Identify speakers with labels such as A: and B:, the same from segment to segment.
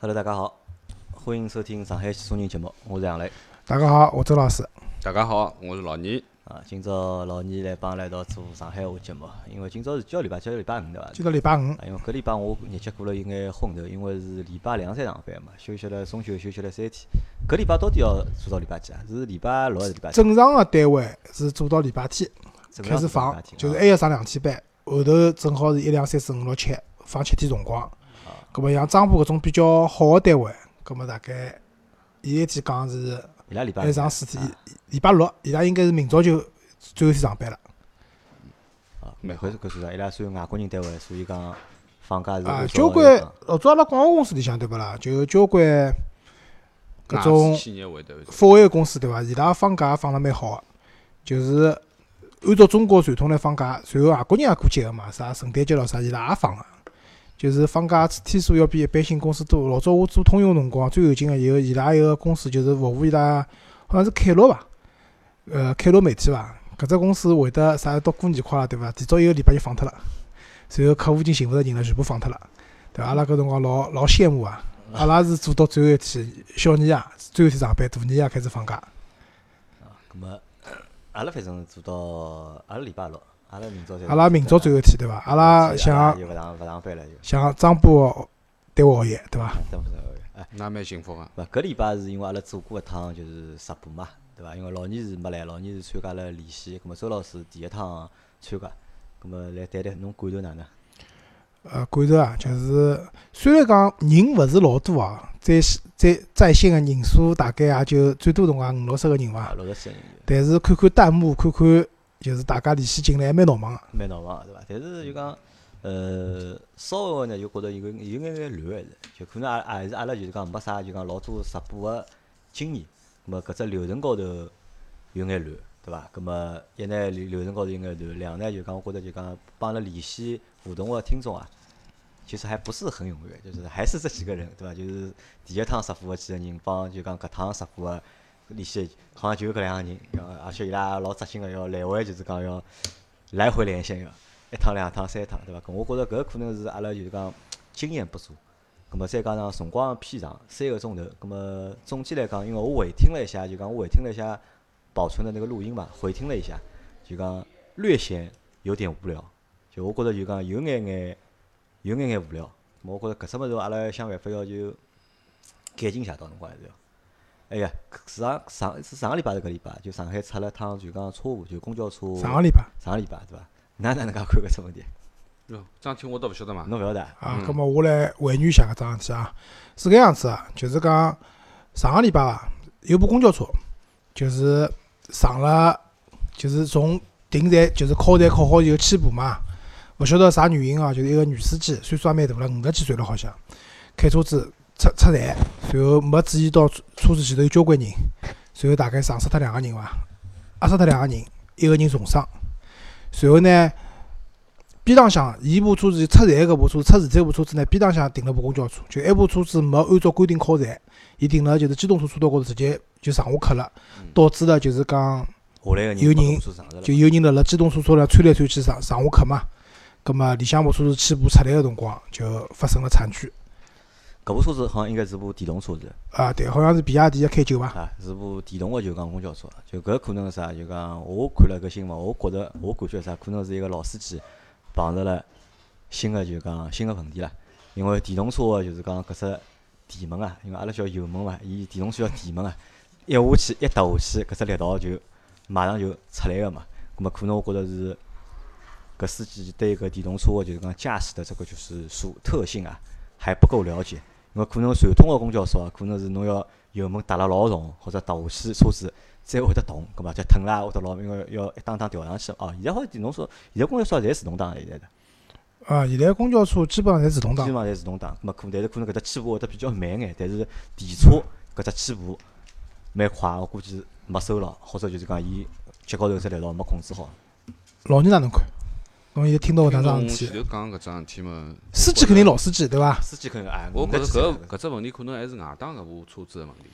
A: Hello，大家好，欢迎收听上海戏中人节目，我是杨磊
B: 大家好，我周老师。
C: 大家好，我是老倪。
A: 啊。今朝老倪来帮阿拉一道做上海话节目，因为今朝是几号礼拜？今朝礼拜五对伐？
B: 今朝礼拜五，
A: 啊，因为搿礼拜我日脚过了有眼昏头，因为是礼拜两才上班嘛，休息了中秋休息了三天。搿礼拜到底要做到礼拜几啊？是礼拜六还是礼拜天？
B: 正常的单位是做到礼拜天
A: 正
B: 开
A: 常做到
B: 始
A: 礼
B: 放
A: 拜，天
B: 就是
A: 啊
B: 还要上两天班，后头正好是一两三四五六七放七天辰光。
A: 啊
B: 葛么像张浦搿种比较好的单位，葛么大概伊一天讲是
A: 伊拉礼拜
B: 还
A: 五
B: 上四天
A: 啊，
B: 礼拜六伊拉应该是明朝就最后一天上班了。
A: 啊，每回搿算啥？伊拉算外国人单位，所以讲放假是
B: 啊
A: 按，照
B: 交
A: 那
B: 关
A: 个
B: 老早阿拉广告公司里向对勿啦？就交关搿种
C: 外资企业会得会得
B: 法外公司对伐？伊拉放假放了蛮好个，就是按照中国传统来放假，随后外国人也过节个嘛，啥圣诞节咯啥，伊拉也放个，就是放假天数要比一般性公司多。老早我做通用辰光，最有劲个有伊拉一个公司就是服务伊拉，好像是凯乐伐，呃，凯乐媒体伐，搿只公司会得啥到过年快了对伐？提早一个礼拜就放脱了，随后客户已经寻勿着人了，全部放脱了。对伐？阿拉搿辰光老老羡慕啊！阿拉是做到最后一天，小年夜最后一天上班，大年夜开始放假。
A: 葛末阿拉反正做到阿拉礼拜六，阿拉明朝才
B: 阿拉明朝最后一天，对嗯伐？阿拉像
A: 就勿上勿上班了就。
B: 像张波单位学业，对伐？
A: 对不对？哎，
C: 那蛮幸福啊。
A: 勿搿礼拜是因为阿拉做过一趟就是直播嘛，对伐？因为老倪是没来，老倪是参加了连线，葛末周老师第一趟参加，葛末来谈谈侬感受哪能？
B: 呃，感受啊，就是虽然讲人勿是老多啊，在线在在线个人数大概也就最多辰光五六十个人
A: 啊，
B: 伐，
A: 六十四个人有，
B: 但是看看弹幕，看看就是大家联系进来，还蛮闹忙个。
A: 蛮闹忙的对伐？但是就讲，呃，稍微呢就觉得有眼有眼眼乱还是，就可能也也是阿拉就是讲没啥就讲老多直播个经验，葛末搿只流程高头有眼乱，对伐？葛末一呢流流程高头有眼乱，两呢就讲我觉得就讲帮阿拉联系互动个听众啊。其实还不是很踊跃，就是还是这几个人，对伐？就是第一趟直播的几个人帮，就讲搿趟直播的联系，好像就搿两个人，然后而且伊拉也老扎心个，要来回就是讲要来回连线个，一趟、两趟、三趟，对伐？搿我觉着搿可能是阿拉就是讲经验不足，葛末再加上辰光偏长，三个钟头，葛末总体来讲，因为我回听了一下，就讲我回听了一下保存的那个录音嘛，回听了一下，就讲略显有点无聊，就我觉着就讲有眼眼有眼眼无聊，我觉着搿只物事阿拉想办法要就改进一下，到辰光还是要。哎呀，上上是上个礼拜还是搿礼拜，就上海出了趟就讲车祸，就公交车
B: 上个礼拜
A: 上个礼拜对伐？㑚哪能介看搿只问题？
C: 哟，张天我倒勿晓得嘛。
A: 侬勿晓得啊？
B: 啊
C: 嗯，
B: 葛末我来还原一下搿桩事体啊，是搿样子啊，就是讲上个礼拜伐，有部公交车，就是上了，就是从停站，就是靠站靠好以后起步嘛，勿晓得啥原因啊，就是一个女司机，岁数也蛮大了，五十几岁了好像，开车子出出站，然后没注意到车车子前头有交关人，随后大概撞死脱两个人伐，压死脱两个人，一个人重伤，随后呢。边浪向，伊部车子出站搿部车，出事站搿部车子呢，边浪向停了部公交车，就埃部车子没按照规定靠站，伊停了就是机动车车道高头直接就上下客了，
A: 嗯
B: 导致了就是讲
A: 下来个人
B: 有
A: 把
B: 人
A: 公车上着了
B: 就有人辣辣机动车车上窜来窜去上上下客嘛，葛么里向部车子起步出来个辰光就发生了惨剧
A: 搿部车子好像应该是部电动车子
B: 啊，对，好像是比亚迪的 K 九伐，
A: 啊，是部电动个就讲公交车，就搿可能是啥？就讲我看了搿新闻，我觉着我感觉啥？可能是一个老司机碰着了新个就讲新个问题了，因为电动车个就是讲搿只电门啊，因为阿拉叫油门嘛，伊电动车叫电门啊，一下去一踏下去，搿只力道就马上就出来个嘛。葛末可能我觉着是搿司机对搿电动车啊个就是讲驾驶的这个就是属特性啊还不够了解，因为可能传统个公交车啊，可能是侬要油门踏了老重，或者踏下去车子才会得动，搿么就腾啦或者老因为要一档档调上去哦。现在好像电动车，现在公交车侪自动挡了，现在的
B: 啊，现在公交车基本上侪自动
A: 基
B: 挡
A: 本，上侪自动挡，咾可但是可能搿只起步会得比较慢眼，但是电车搿只起步蛮快，我估计没收牢，或者就是讲伊脚高头只力道没控制好。
B: 老人哪能看？侬现在听到搿
C: 听
B: 桩
C: 侬
B: 桩
C: 前
B: 事体，
C: 头讲搿桩事体嘛，
B: 司机肯定老司机对伐？
A: 司机可能哎，
C: 我觉
A: 觉
C: 着搿搿只问题可能还是外档搿部车子的问题，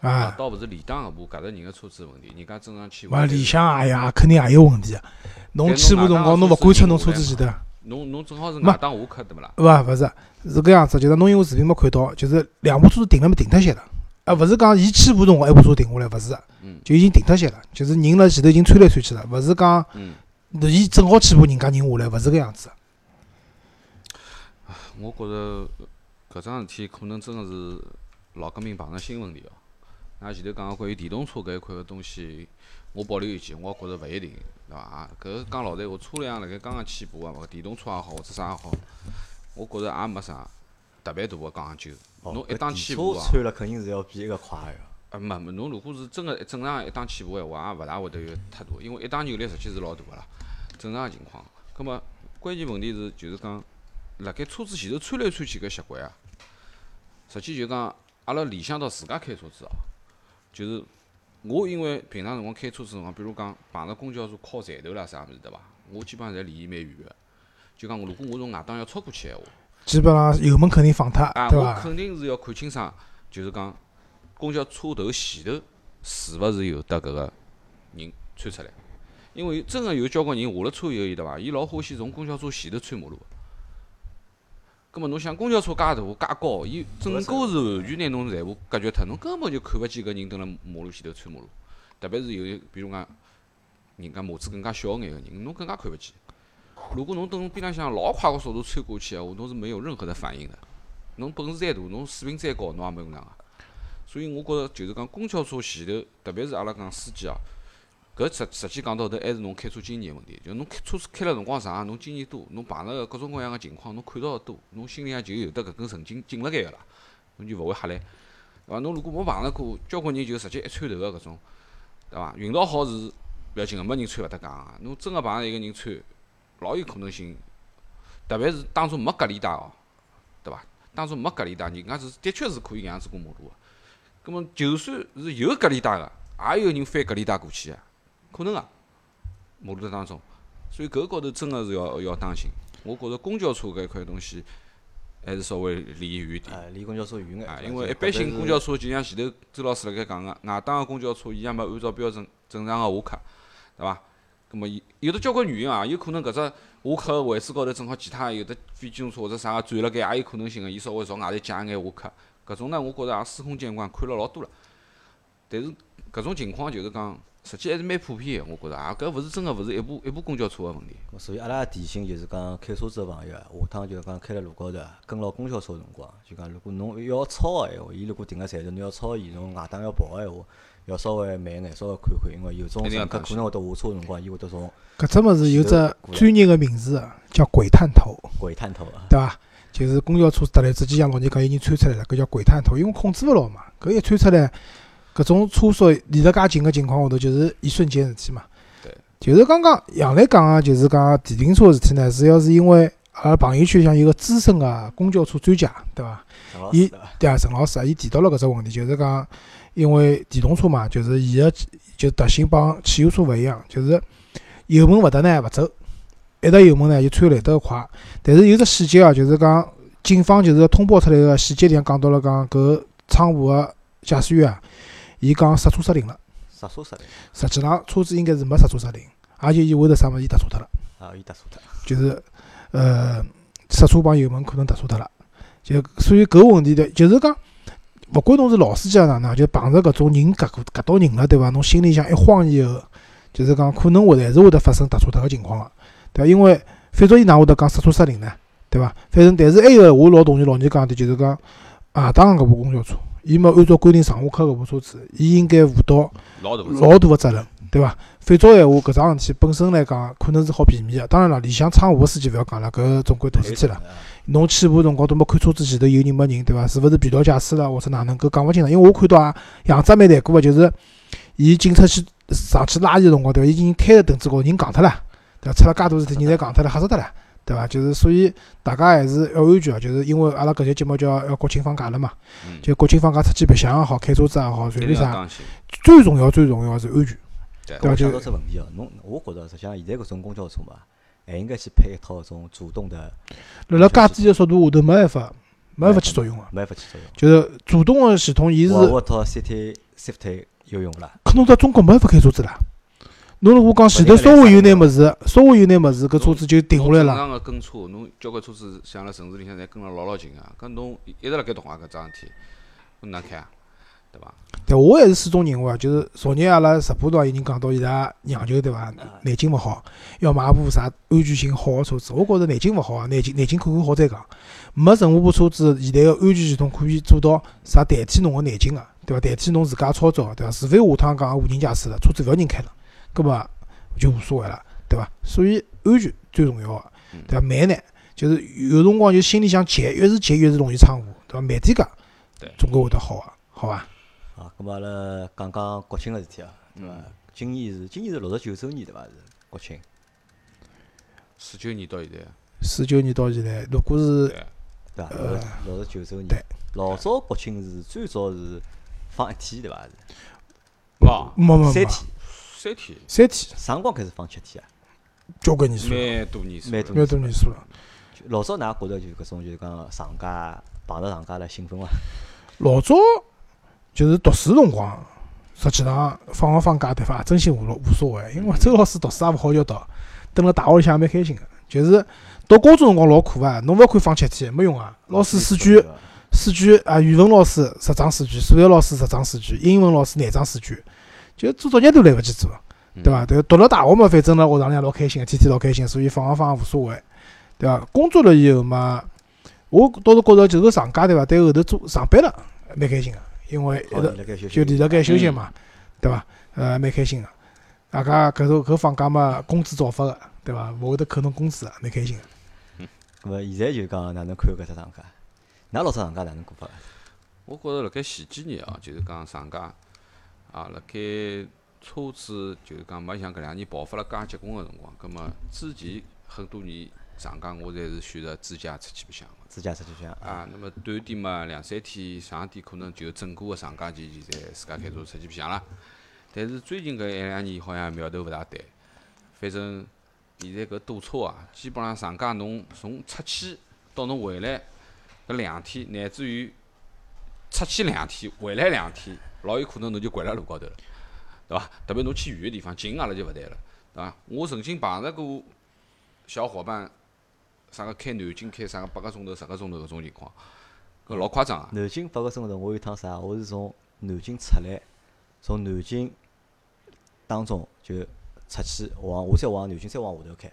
B: 啊
C: 啊，，倒勿是里档搿部搿只人个车子的问题。人家正常去
B: 嘛，
C: 玩。
B: 里向哎呀，肯定也有问题啊。侬
C: 但
B: 起
C: 侬
B: 步
C: 哪
B: 辰
C: 能
B: 光，侬勿敢
C: 车子
B: 出
C: 停
B: 侬
C: 下
B: 车
C: 来
B: 子前头啊，
C: 侬侬正好是
B: 没
C: 外当下客对勿啦？
B: 勿勿是，是搿样子，就是侬因为视频没看到，就是两部车子停了没停脱歇了，啊，勿是讲伊起步辰光一部车停下来，勿是的
C: 嗯，
B: 就已经停脱歇了，就是人辣前头已经窜来窜去了，勿是讲
C: 嗯，
B: 伊正好起步人家人下来，勿是搿样子的。
C: 我觉着搿桩事体可能真个是老革命碰上新问题哦。那前头讲个关于电动车搿一块个东西，我保留意见，我觉着勿一定，对伐？搿讲老实闲话，车辆辣盖刚刚起步啊，勿电动车也好或者啥也好，我觉着也没啥特别大个讲究。
A: 哦
C: 侬一
A: 搿
C: 档
A: 电
C: 起
A: 车
C: 步啊
A: 穿了肯定是要比一个快个。
C: 啊，没没，侬如果是真个正常一档起步闲话，也勿大会得有太多，因为一档扭力实际是老大个啦。正常个情况，葛末关键问题是就是讲，辣盖车子前头窜来窜去搿习惯啊，实际就讲阿拉联想到自家开车子哦，就是我因为平常辰光开车子辰光，比如讲碰着公交车靠站头啦啥物事对伐，我基本上侪离伊蛮远个。就讲如果我从外档要超过去闲话，
B: 基本上油门肯定放脱
C: 啊，，
B: 对
C: 我
B: 伐？
C: 肯定是要看清爽，就是讲公交车头前头是勿是有得搿个人窜出来，因为真个有交关人下了车以后，伊对伐？伊老欢喜从公交车前头穿马路。葛末侬想，公交车介大介高，伊整个是完全拿侬全部隔绝脱，侬根本就看勿见搿人蹲辣马路前头穿马路。特别是有，比如讲，人家码子更加小眼个人，侬更加看勿见。如果侬等边浪向老快个速度穿过去个啊话，侬是没有任何的反应的。侬本事再大，侬水平再高，侬也没用场啊。所以我觉着就是讲公交车前头，特别是阿拉讲司机啊，搿实实际讲到头还是侬开车经验个问题。就侬开车子开了辰光长，侬经验多，侬碰着各种各样个情况，侬看到个多，侬心里向就有得搿根神经紧辣盖个啦，侬就勿会吓来。对伐？侬如果没碰着过，交关人就直接一穿头个搿种，对伐？运道好是勿要紧个，没人穿勿搭讲个。侬真个碰着一个人穿，老有可能性，特别是当初没隔离带哦，对伐？当初没隔离带，人家是的确是可以搿样子过马路个。葛么就算是有隔离带个，也有人翻隔离带过去个，可能啊，马路当中。所以搿高头真个是要要当心。我觉着公交车搿一块东西还是稍微离远一点。
A: 哎，离公交车远眼
C: 啊，，
A: 对
C: 因
A: 伐
C: 为
A: 就特
C: 一般
A: 别
C: 性公
A: 是
C: 交车就像前头周老师辣盖讲个，外档个公交车伊也没按照标准正常个下客，对伐？葛么伊有的交关原因啊，有可能搿只下客个位置高头正好其他有的非机动车或者啥个转辣盖，也有可能性个，伊稍微朝外头借一眼下客。搿种呢，我觉着也司空见惯，看了老多了。但是搿种情况就是讲，实际还是蛮普遍个，我觉着啊，搿勿是真个勿是一部一部公交车个问题。
A: 咾所以阿拉提醒就是讲，开车子个朋友啊，下趟就是讲开辣路高头啊，跟牢公交车个辰光，就讲如果侬要超个闲话，伊如果停个站头，侬要超伊，侬外档要跑个闲话，要稍微慢眼，稍微看看，因为有种
C: 一定要
A: 乘客
C: 当
A: 可能会得下车个辰光，伊会得从
B: 搿只物事有只专业个名字啊叫“鬼探头”。
A: 回探头啊。
B: 对伐？就是公交车突然之间，像老人讲有人窜出来了，搿叫鬼探头，因为控制勿牢嘛。搿一窜出来，搿种车速离得介近个情况下头，就是一瞬间的事体嘛。
C: 对，
B: 就是刚刚杨澜讲个，就是讲电瓶车的事体呢，主要是因为阿拉朋友圈里向有个资深个公交车专家，对伐？
A: 陈老
B: 伊
A: 师对伐
B: 对啊，陈老师啊，伊提到了搿只问题，就是讲，因为电动车嘛，就是伊个就特性帮汽油车勿一样，就是油门勿踏呢勿走，一踏油门呢就窜来得快。但是有只细节啊，就是讲警方就是通报出来个细节里向讲到了讲搿窗户个驾驶员啊，伊讲刹车失灵了，
A: 刹车失灵
B: 实际上车子应该是没刹车失灵，而且伊会得啥物事伊踏错脱了。
A: 啊，伊搭错脱。
B: 就是呃刹车帮油门可能踏错脱了，就所以搿问题的，就是讲，勿管侬是老司机啊哪能，就碰着搿种人夹过夹到人了，对伐？侬心里向一慌以后，就是讲可能会还是会得发生踏错脱个情况个，对伐？因为反正伊哪会得讲刹车失灵呢，对伐？反正但是还有个我老同意老人讲的，就是讲啊，当然搿部公交车，伊没按照规定上下客搿部车子，伊应该负到。
C: 老大勿
B: 老大个责任，对伐？反照闲话，搿桩事体本身来讲，可能是好避免个。当然了，里向窗户个事体勿要讲了，搿总归大事体了。
A: 啊
B: 侬起步辰光都没看车子前头有人没人，对伐？是勿是疲劳驾驶了，或者哪能？搿讲勿清爽。因为我看到啊，杨只蛮难过个，就是伊警察去上去拉伊个辰光，对伐？伊已经开着凳子高，人戆脱了，对伐？出了介大事体，人侪戆脱了，吓死脱了，对伐？就是所以大家还是要安全啊，就是因为阿拉搿节节目叫呃要国庆放假了嘛，
C: 嗯
B: 就国庆放假出去白相也好，开车子也好，
C: 一
B: 随
C: 定
B: 便
C: 要
B: 啥，
C: 当心。
B: 最重要最重要是安全。
C: 对
B: 对
A: 我
B: 伐？就
A: 想到只问题哦，侬我觉着实际上现在搿种公交车嘛，还应该去配一套搿种主动的，
B: 辣辣介低个速度下头没办法，没办法起作用个、
A: 没法去作用。
B: 就是主动个系统，伊是
A: 我我套 CT safety 有用勿啦？
B: 可能到中国没办法开车子啦。侬如果讲前头稍微有眼物事，稍微有眼物事，搿车子就停下来
C: 正
B: 了。
C: 常个跟车，侬交关车子像辣城市里向侪跟了老老紧个，搿侬一直辣盖动啊搿桩事体，侬哪开啊？对伐？
B: 但我还是始终认为啊，就是昨日阿拉直播当有人讲到伊拉酿酒对伐？
C: 啊
B: 南京勿好，要买部啥安全性好个车子。我觉着南京勿好啊，南京南京看看好再讲。没任何部车子现在个安全系统可以做到啥代替侬个南京个，啊对伐？代替侬自家操作个，啊对伐？除非下趟讲无人驾驶了，车子勿要人开了，搿么就无所谓了，对伐？所以安全最重要个
C: 嗯，
B: 对伐？慢呢，就是有辰光就心里想急，越是急越是容易闯祸，对伐？慢点讲
C: 对，
B: 总归会得好个，好伐？
A: 啊，咁阿拉讲讲国庆个事体啊，对伐？今年是今年是六十九周年对伐？是国庆，
C: 四九年到现在，
B: 四九年到现在，如果是
C: 对，
A: 对伐？六十六十九周
B: 呃对
A: 年，老早国庆是最早是放一天对伐？是
C: 哇，
B: 没没
A: 三
B: 没
A: 天，
C: 三天，
B: 三天，
A: 啥辰光开始放七天啊？
B: 交关年数了，
C: 蛮多年数了，
A: 蛮多
B: 蛮多年数了。
A: 就老早㑚觉着就是搿种就是讲长假碰着长假来兴奋啊伐？
B: 老早就是读书辰光，实际上放勿放假对伐？真心无无所谓，因为周老师读书也勿好叫读，蹲辣大学里向也蛮开心个。就是到高中辰光老苦啊，侬勿看放七天没用啊。老师试卷
A: 对伐
B: 试卷啊，语文老师十张试卷，数学老师十张试卷，英文老师廿张试卷，就做作业都来勿及做，
C: 嗯
B: 对伐？对，读了大学嘛，反正辣学堂里向老开心，天天老开心，所以放啊放啊无所谓，对伐？工作了以后嘛，我倒是觉着就是长假对伐？对后头做上班了蛮开心个，因为一
A: 好
B: 直
A: 辣盖休息
B: 就
A: 日
B: 连辣盖休息嘛，对伐？呃，蛮开心个。大家搿头搿放假嘛，工资照发个，对伐？勿会得扣侬工资个，蛮开心个。
A: 咁么现在就讲哪能看搿只长假？㑚老早长假哪能过法？
C: 我觉着辣盖前几年哦，就是讲长假啊，辣盖车子就是讲没像搿两年爆发了介结棍个辰光，葛末之前很多年长假我侪是选择自驾出去白相个。
A: 自驾出去相
C: 啊，那么短点嘛，两三天，长点可能就整个个长假期期侪自家开车出去白相啦。但是最近搿一两年好像苗头勿大对，反正现在搿堵车啊，基本上长假侬从出去到侬回来搿两天，乃至于出去两天，回来两天，老有可能侬就掼辣路高头了，对伐？特别侬去远个地方，近阿拉就勿谈了，对伐？我曾经碰着过小伙伴啥个开南京开啥个八个钟头、十个钟头搿种情况，搿老夸张啊！
A: 南京八个钟头，我有一趟啥？我是从南京出来，从南京当中就出去往，我再往南京再往下头开，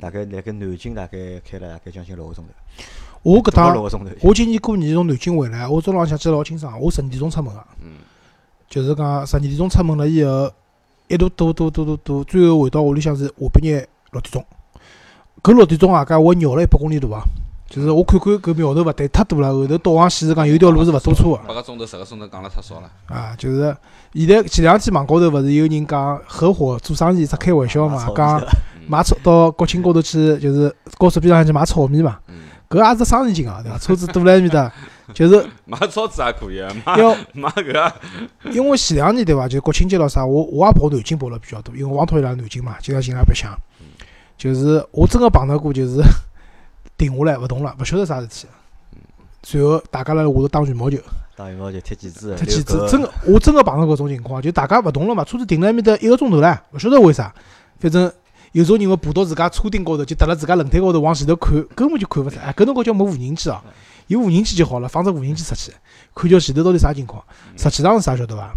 A: 大概辣盖南京大概开了大概将近六个钟头，
B: 我搿
A: 不到
B: 趟
A: 六个钟头。
B: 我今年过年从南京回来，我早浪向记得老清爽，我十二点钟出门个，啊
C: 嗯
B: 就是讲十二点钟出门了以后，一路堵堵堵堵堵，最后回到屋里向是下半日六点钟。搿六点钟啊，讲我绕了一百公里路啊，就是我看看搿苗头勿对，太大了。后头导航显示讲有一条路是勿堵车
C: 八个钟头、十个钟头讲了太少了。
B: 个啊，就是现在前两天网高头勿是有人讲合伙做生意只开玩笑嘛，讲
C: 嗯
B: 买炒到国庆高头去，就是高速边浪向去买炒米嘛，
C: 嗯，
B: 搿也是生意经啊，对伐？车子堵辣埃面搭，就是
C: 买车子也可以，啊， 买
B: 要。
C: 买搿个，
B: 因为前两年对伐，就是国庆节咾啥，我我也跑南京跑了比较多，因为我也讨厌拉南京嘛，经常寻伊拉白相。就是我真个碰到过，就是 停下来勿动了，勿晓得啥事体。随后大家辣下头打羽毛球，
A: 打羽毛球、踢啊毽子、
B: 踢
A: 遛
B: 毽
A: 狗
B: 子，真个我真个碰到过搿种情况，就大家勿动了嘛，车子停辣埃面搭一个钟头唻，勿晓得为啥。反正有时候人会爬到自家车顶高头，就搭辣自家轮胎高头往前头看，根本就看勿出来。哎搿辰光叫没无人机哦，有无人机就好了，放只无人机出去，看叫前头到底啥情况。实际上是啥晓得伐？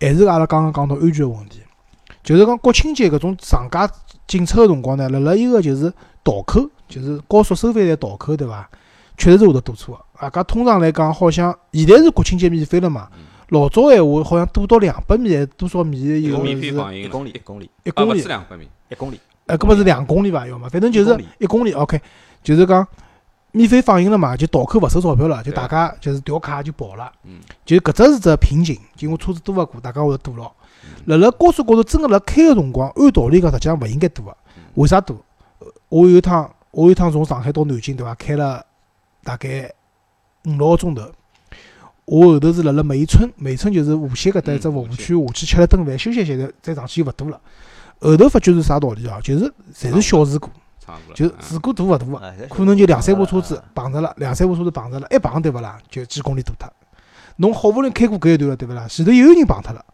B: 还是阿拉刚刚讲到安全个问题，就是讲国庆节搿种长假进出个辰光呢，辣辣伊个就是倒扣，就是高速收费站倒扣，对伐？确实是会得堵车个。啊，搿通常来讲，好像现在是国庆节免费了嘛，
A: 嗯
B: 老早闲话好像多到两百米还是多少米以
C: 有
B: 后
C: 免
B: 是
C: 费放映
A: 一
C: 了，
A: 公里、一公里、
B: 一
C: 啊，
B: 公
C: 勿
B: 里
C: 止，两百米，
A: 一公里，
B: 呃，搿么是两公里伐？要么，反正就
A: 一公
B: 是
A: 里
B: 一公里。OK，就是讲免费放映了嘛，就倒扣勿收钞票了，就
C: 对
B: 大家就是调卡就跑了。
C: 嗯，
B: 就搿只是只瓶颈，就因为车子多勿啊过，大家会堵牢。
A: 嗯
B: 辣辣高速高头真个辣开个辰光，按道理讲实际上勿应该堵啊个，为啥堵？呃我有一趟，我有一趟从上海到南京，对伐？开了大概五六个钟头。我后头是辣辣梅村，梅村就是无锡搿搭一只
C: 嗯
B: 服务
C: 无
B: 区，下
C: 锡
B: 去吃了顿饭，休息一下，再再上去就勿堵了。后头发觉是啥道理啊？就是侪是小事故，
C: 差勿多了。
B: 就是
C: 嗯
B: 事故大勿大个，
A: 啊侪是
B: 可能就两三部车
A: 啊
B: 子
A: 啊
B: 碰着了，两三部车子碰着了，一碰对勿啦，就几公里堵脱。侬好不容易开过搿一段了，对勿啦？前头又有人碰脱了，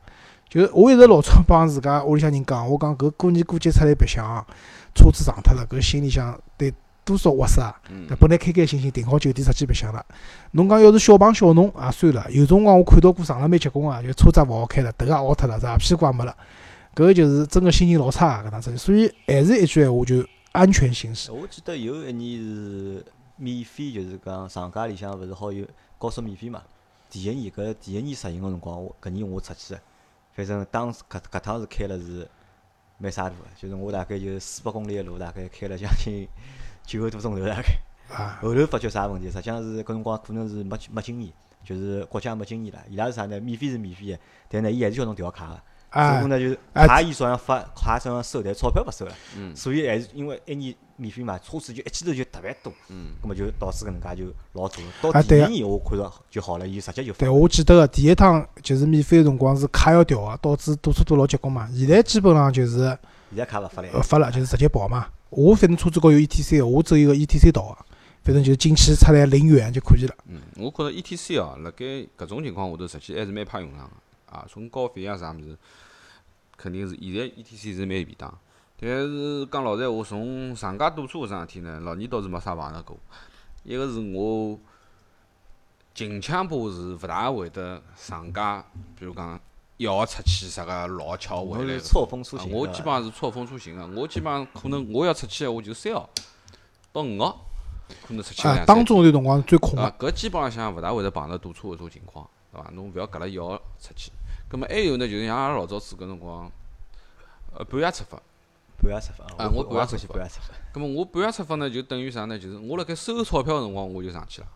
B: 就是我一直老早帮自家屋里向人讲，我讲搿过年过节出来白相啊，车子撞脱了，搿心里向得多少窝塞啊！
C: 嗯
B: 那本来开开心心订好酒店出去白相了，侬讲要是小碰小弄也算了，有辰光我看到过撞了蛮结棍啊，就车子也勿好开了，头也凹脱了，是吧？屁股也没了，搿就是真个心情老差啊搿能子。所以还是一句闲话，就安全行驶。
A: 我记得有一年是免费，就是讲长假里向勿是好有高速免费嘛。第一年搿第一年实行个辰光，我搿年我出去，啊反正当时搿搿趟是开了是蛮沙大个，就是我大概就四百公里个路，大概开了将近九个多钟头大概。
B: 啊，
A: 后头发觉啥问题？实际上是搿辰光可能是没没经验，就是国家没经验啦。伊拉是啥呢？免费是免费个，但呢伊还是叫侬调卡个。
B: 哎
A: 只不过呢就是
B: 哎
A: 卡伊照样发，卡照样收，但钞票勿收了。
C: 嗯
A: 所以还是因为一年免费嘛，车子就一记头就特别多，
C: 嗯，
A: 葛末就导致搿能介就老多了。到
B: 啊
A: 第
B: 对
A: 二
B: 啊
A: 年我看着就好了，伊直接就发
B: 对，我记得啊个第一趟就是免费个辰光是卡要调个，导致堵车堵老结棍嘛。现在基本上就是
A: 现在卡勿发了。
B: 呃发了，就是直接跑嘛。我反正车子高有 E ETC，我走一个 ETC 道个，反正就是进去出来领远就可以了。
C: 嗯，我觉着 E T C 啊，辣盖搿种情况下头，实际还是蛮派用场个啊。从高费啊啥物事，肯定是现在 E T C 是蛮便当。但是讲老实闲话，从长假堵车搿桩事体呢，老年倒是没啥碰着过。一个是我近腔部是勿大会得长假，比如讲一号出去啥个老巧
A: 我
C: 回来
A: 是
C: 的。
A: 错峰出
C: 啊
A: 行，
C: 我
A: 对
C: 基
A: 伐
C: 本上是错峰出行个，我基本上可能我要出去，我就三号到五号，可能出去两
B: 啊，
C: 三
B: 当
C: 天
B: 中有段辰光是最空个
C: 啊，，搿基本浪向勿大会得碰着堵车搿种情况，对伐？侬勿要搿了一号出去。葛末还有呢，就是像阿拉老早子搿辰光，呃，半夜出发。
A: 半夜出发。
C: 啊我
A: 我
C: 半夜
A: 也
C: 出
A: 欢喜
C: 发
A: 半夜出发。
C: 葛末我半夜出发呢，就等于啥呢？就是我辣盖收钞票个辰光，我就上去了。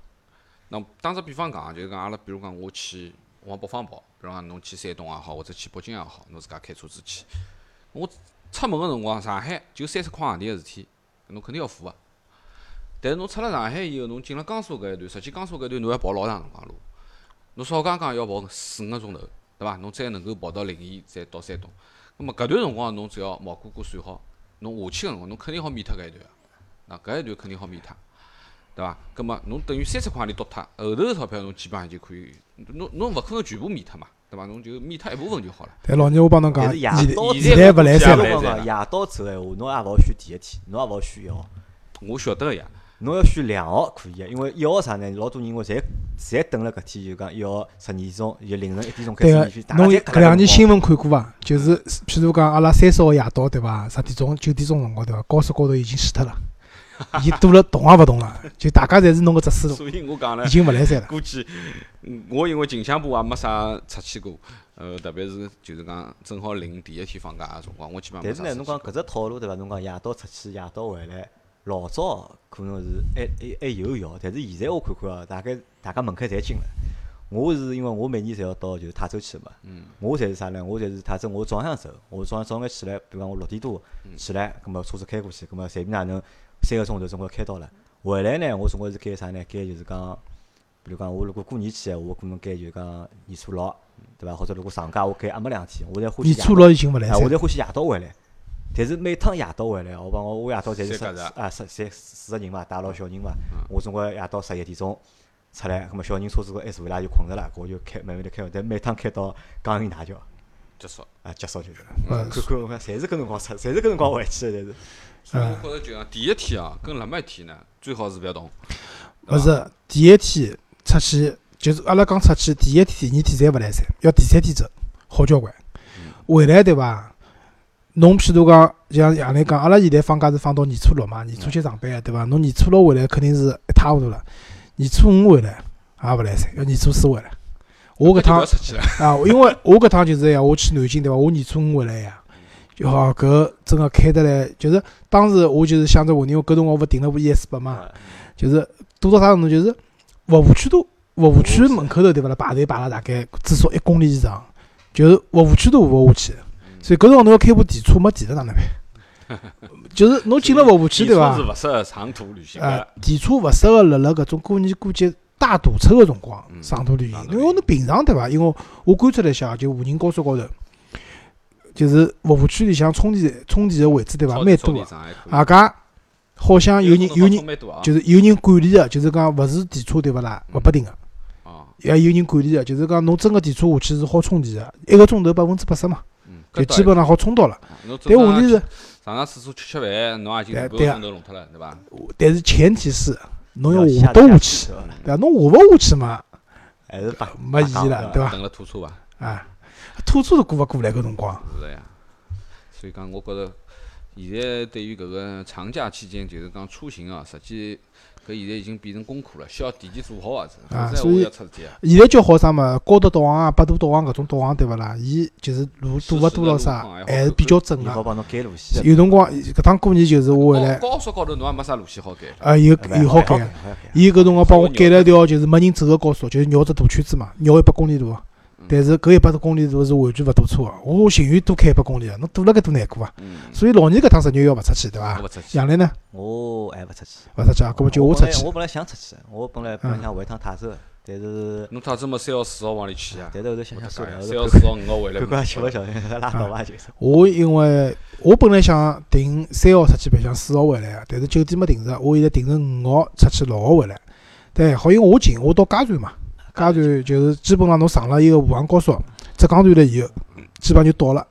C: 那打只比方讲啊，就是讲阿拉，比如讲我去往北方跑，比如讲侬去山东也好，或者去北京也好，侬自家开车子去。我出门个辰光，上海就三十块行钿个事体，侬肯定要付个。但是侬出了上海以后，侬进了江苏搿一段，实际江苏搿一段侬要跑老长辰光路，侬少讲讲要跑四五个钟头，对伐？侬才能够跑到临沂，再到山东。那么搿段辰光侬只要毛估估算好，侬下去个辰光侬肯定好免脱搿一段啊，那搿一段肯定好免脱，对伐？葛末侬等于三十块钿剁脱，后头个钞票侬基本上就可以，侬侬勿可能全部免脱嘛，对伐？侬就免脱一部分就好了。
B: 但老娘我帮侬讲，
A: 但是
B: 现
A: 夜到
B: 在
C: 现
B: 现
C: 在
B: 在勿来
C: 现
B: 三
C: 在不
B: 了
C: 来。
A: 我
C: 塞了
A: 讲夜到走个闲话，侬也勿好选第一天，侬也勿好选一号。
C: 我晓得 个呀，
A: 侬要选两号可以啊个，因为一号啥呢？老多人我侪侪等了搿天，就讲一号十二点钟，就凌晨一点钟开
B: 对
A: 始免费，，
B: 个
A: 大家
B: 侬
A: 侪
B: 搿两年新闻看过伐？就是譬如讲阿拉三十号夜到对伐？十点钟、九点钟辰光对伐？高速高头已经死脱了，已经堵了动也勿动了，就大家侪是侬搿 只思路，
C: 所以我讲了
B: 已。经勿来三了。
C: 估计，嗯我因为近腔部也没啥出去过，呃，特别是就是讲正好领第一天放假个辰光，我基本上
A: 但
C: 没
A: 是
C: 啥
A: 呢，
C: 出
A: 侬
C: 去
A: 讲搿只套路对伐？侬讲夜到出去，夜到回来，老早可能是还还还有效，但是现在我看看啊，大概大家门槛侪进了。我是因为我每年侪要到就是泰州去嘛，
C: 嗯
A: 我侪是啥呢？我侪是泰州，我早浪向走，我早浪早眼起来，比如讲我六点多
C: 嗯
A: 起来，葛末车子开过去，葛末随便哪能三个钟头总归开到了。回来呢，我总归是该啥呢？该就是讲，比如讲我如果过年去，我可能该就是讲年初六，对伐？或者如果长假我该阿没两天，我侪欢喜
B: 年
A: 夜
B: 初六已经勿来
A: 啊，
B: 三
A: 我侪
B: 了，
A: 欢喜夜到回来，但是每趟夜到回来，哦我帮我我夜到侪是十
C: 三家子
A: 啊十三四个人嘛，带牢小人嘛，
C: 嗯
A: 我总归夜到十一点钟出来，葛末小人车子高一坐，伊拉就困着了，我就开慢慢的开，但每趟开到江阴大桥
C: 结束。
A: 啊结束就是了，
B: 嗯
A: 看看我看，侪是搿辰光出，侪是搿辰光回去的，侪是。
C: 所以我觉着就讲第一天啊，跟辣末一天呢，最好是勿要动。啊
B: 勿是第一天出去，就是阿拉讲出去第一天、第二天侪勿来三，要第三天走，好交关。回来对伐？侬譬如讲，就像杨磊讲，阿拉现在放假是放到年初六嘛，年初七上班个对伐？侬年初六回来肯定是一塌糊涂了，年初五回来也勿来三，要年初四回来。我搿趟
C: 那就 勿要出去了。
B: 啊，因为我搿趟就是呀，我去南京对伐？我年初五回来呀，就好搿真个开得来，就是当时我就是想着我，因为搿辰光勿订了部 ES 八嘛，
A: 啊
B: 就是多到啥程度，就是服务区都服务区门口头对勿啦，排队排了大概至少一公里以上，就是服务区都服勿下去。所以搿辰光侬要开部电车没电了哪能办？ 就是侬进了服务区对 伐
C: 电车？是勿适合长途旅行
B: 啊
C: 个。，
B: 电车勿适合辣辣搿种过年过节大堵车个辰光
C: 嗯
B: 长途旅
C: 长
B: 行，
C: 途
B: 因
C: 旅
B: 为侬平常对伐？因为我观察了一下，就华人高速高头，就是服务区里向充电充电个位置对伐？
C: 超
B: 蛮
C: 级超
B: 多
C: 级
B: 个，
C: 长还可以
B: 外加好啊像有人有
C: 有辰光
B: 人
C: 超蛮多
B: 嗯
C: 啊
B: 哦就是有人管理个，就是讲勿是电车对勿啦？勿拨停个
C: 啊，
B: 也有人管理个，就是讲侬真个电车下去是好充电个，一个钟头百分之八十嘛，
C: 嗯，
B: 就基本上好充到了。
C: 啊侬
B: 但问题
C: 是
B: 是，
C: 上趟厕所吃吃饭，侬也已经
B: 对
C: 半个
B: 对啊
C: 钟头弄脱了，对伐？
B: 但是前提是侬
A: 要
B: 要
A: 下
B: 下得
A: 架
B: 下
A: 子
B: 去，
A: 对伐
B: 对伐？侬下勿下去嘛，
A: 还是白
B: 没意义了，对伐？
C: 等了吐车伐？
B: 啊，吐车都过勿过来搿辰光，
C: 是的呀。所以讲，我觉着现在对于搿个长假期间，就是讲出行啊，实际搿现在已经变成功课了，需要提前做好啊，是
B: 啊
C: 否则
B: 所以
C: 我要出事体啊。
B: 现在叫好啥嘛？高德导航啊、百度导航搿种导航对勿啦？伊就是路
C: 实
B: 堵
C: 时
B: 勿多了
C: 的路
B: 啥
C: 况还，好
B: 还是
C: 看
B: 比
C: 看
B: 较准
A: 伊
B: 个
A: 好。帮侬改路线，
B: 嗯有辰光搿趟过年就是我回来
C: 高高速高头侬也没啥路线好改，
B: 啊，有
A: 对伐
B: 有好改
A: 还
B: 个。
A: 好改
B: 伊搿辰光帮我改了一条就是没人走个高速，就是绕只大圈子嘛，绕一百公里路啊。
C: 嗯
B: 但是搿一百公里路是完全勿堵车个，我情愿多开一百公里啊，侬堵了搿多难过啊！
C: 嗯，
B: 所以老年搿趟十年要勿出去，对伐
C: 我？勿出去。
B: 杨澜呢，
A: 我还勿出去。
B: 勿出去啊，搿么就
A: 我
B: 我出
A: 本来
B: 去
A: 我本来想出去，我本来本来想回趟泰州，但是
B: 嗯
C: 侬他这么三号四号往里去啊？
A: 哎但是后头想
C: 我
A: 想
C: 的
A: 算
C: 妈
A: 了，
C: 呀
A: 后头
C: 三号四号五号回来
A: 乖
C: 没
A: 乖小
C: 了
A: 小拉倒吧，就是。
B: 我因为我本来想订三号出去，白相四号回来个，但是酒店没订着，我现在订成五号出去，六号回来。对，好，因为我近，我到嘉善嘛，嘉善就是基本上侬上了一个武汉高速，浙江段了以后，基本上就到了。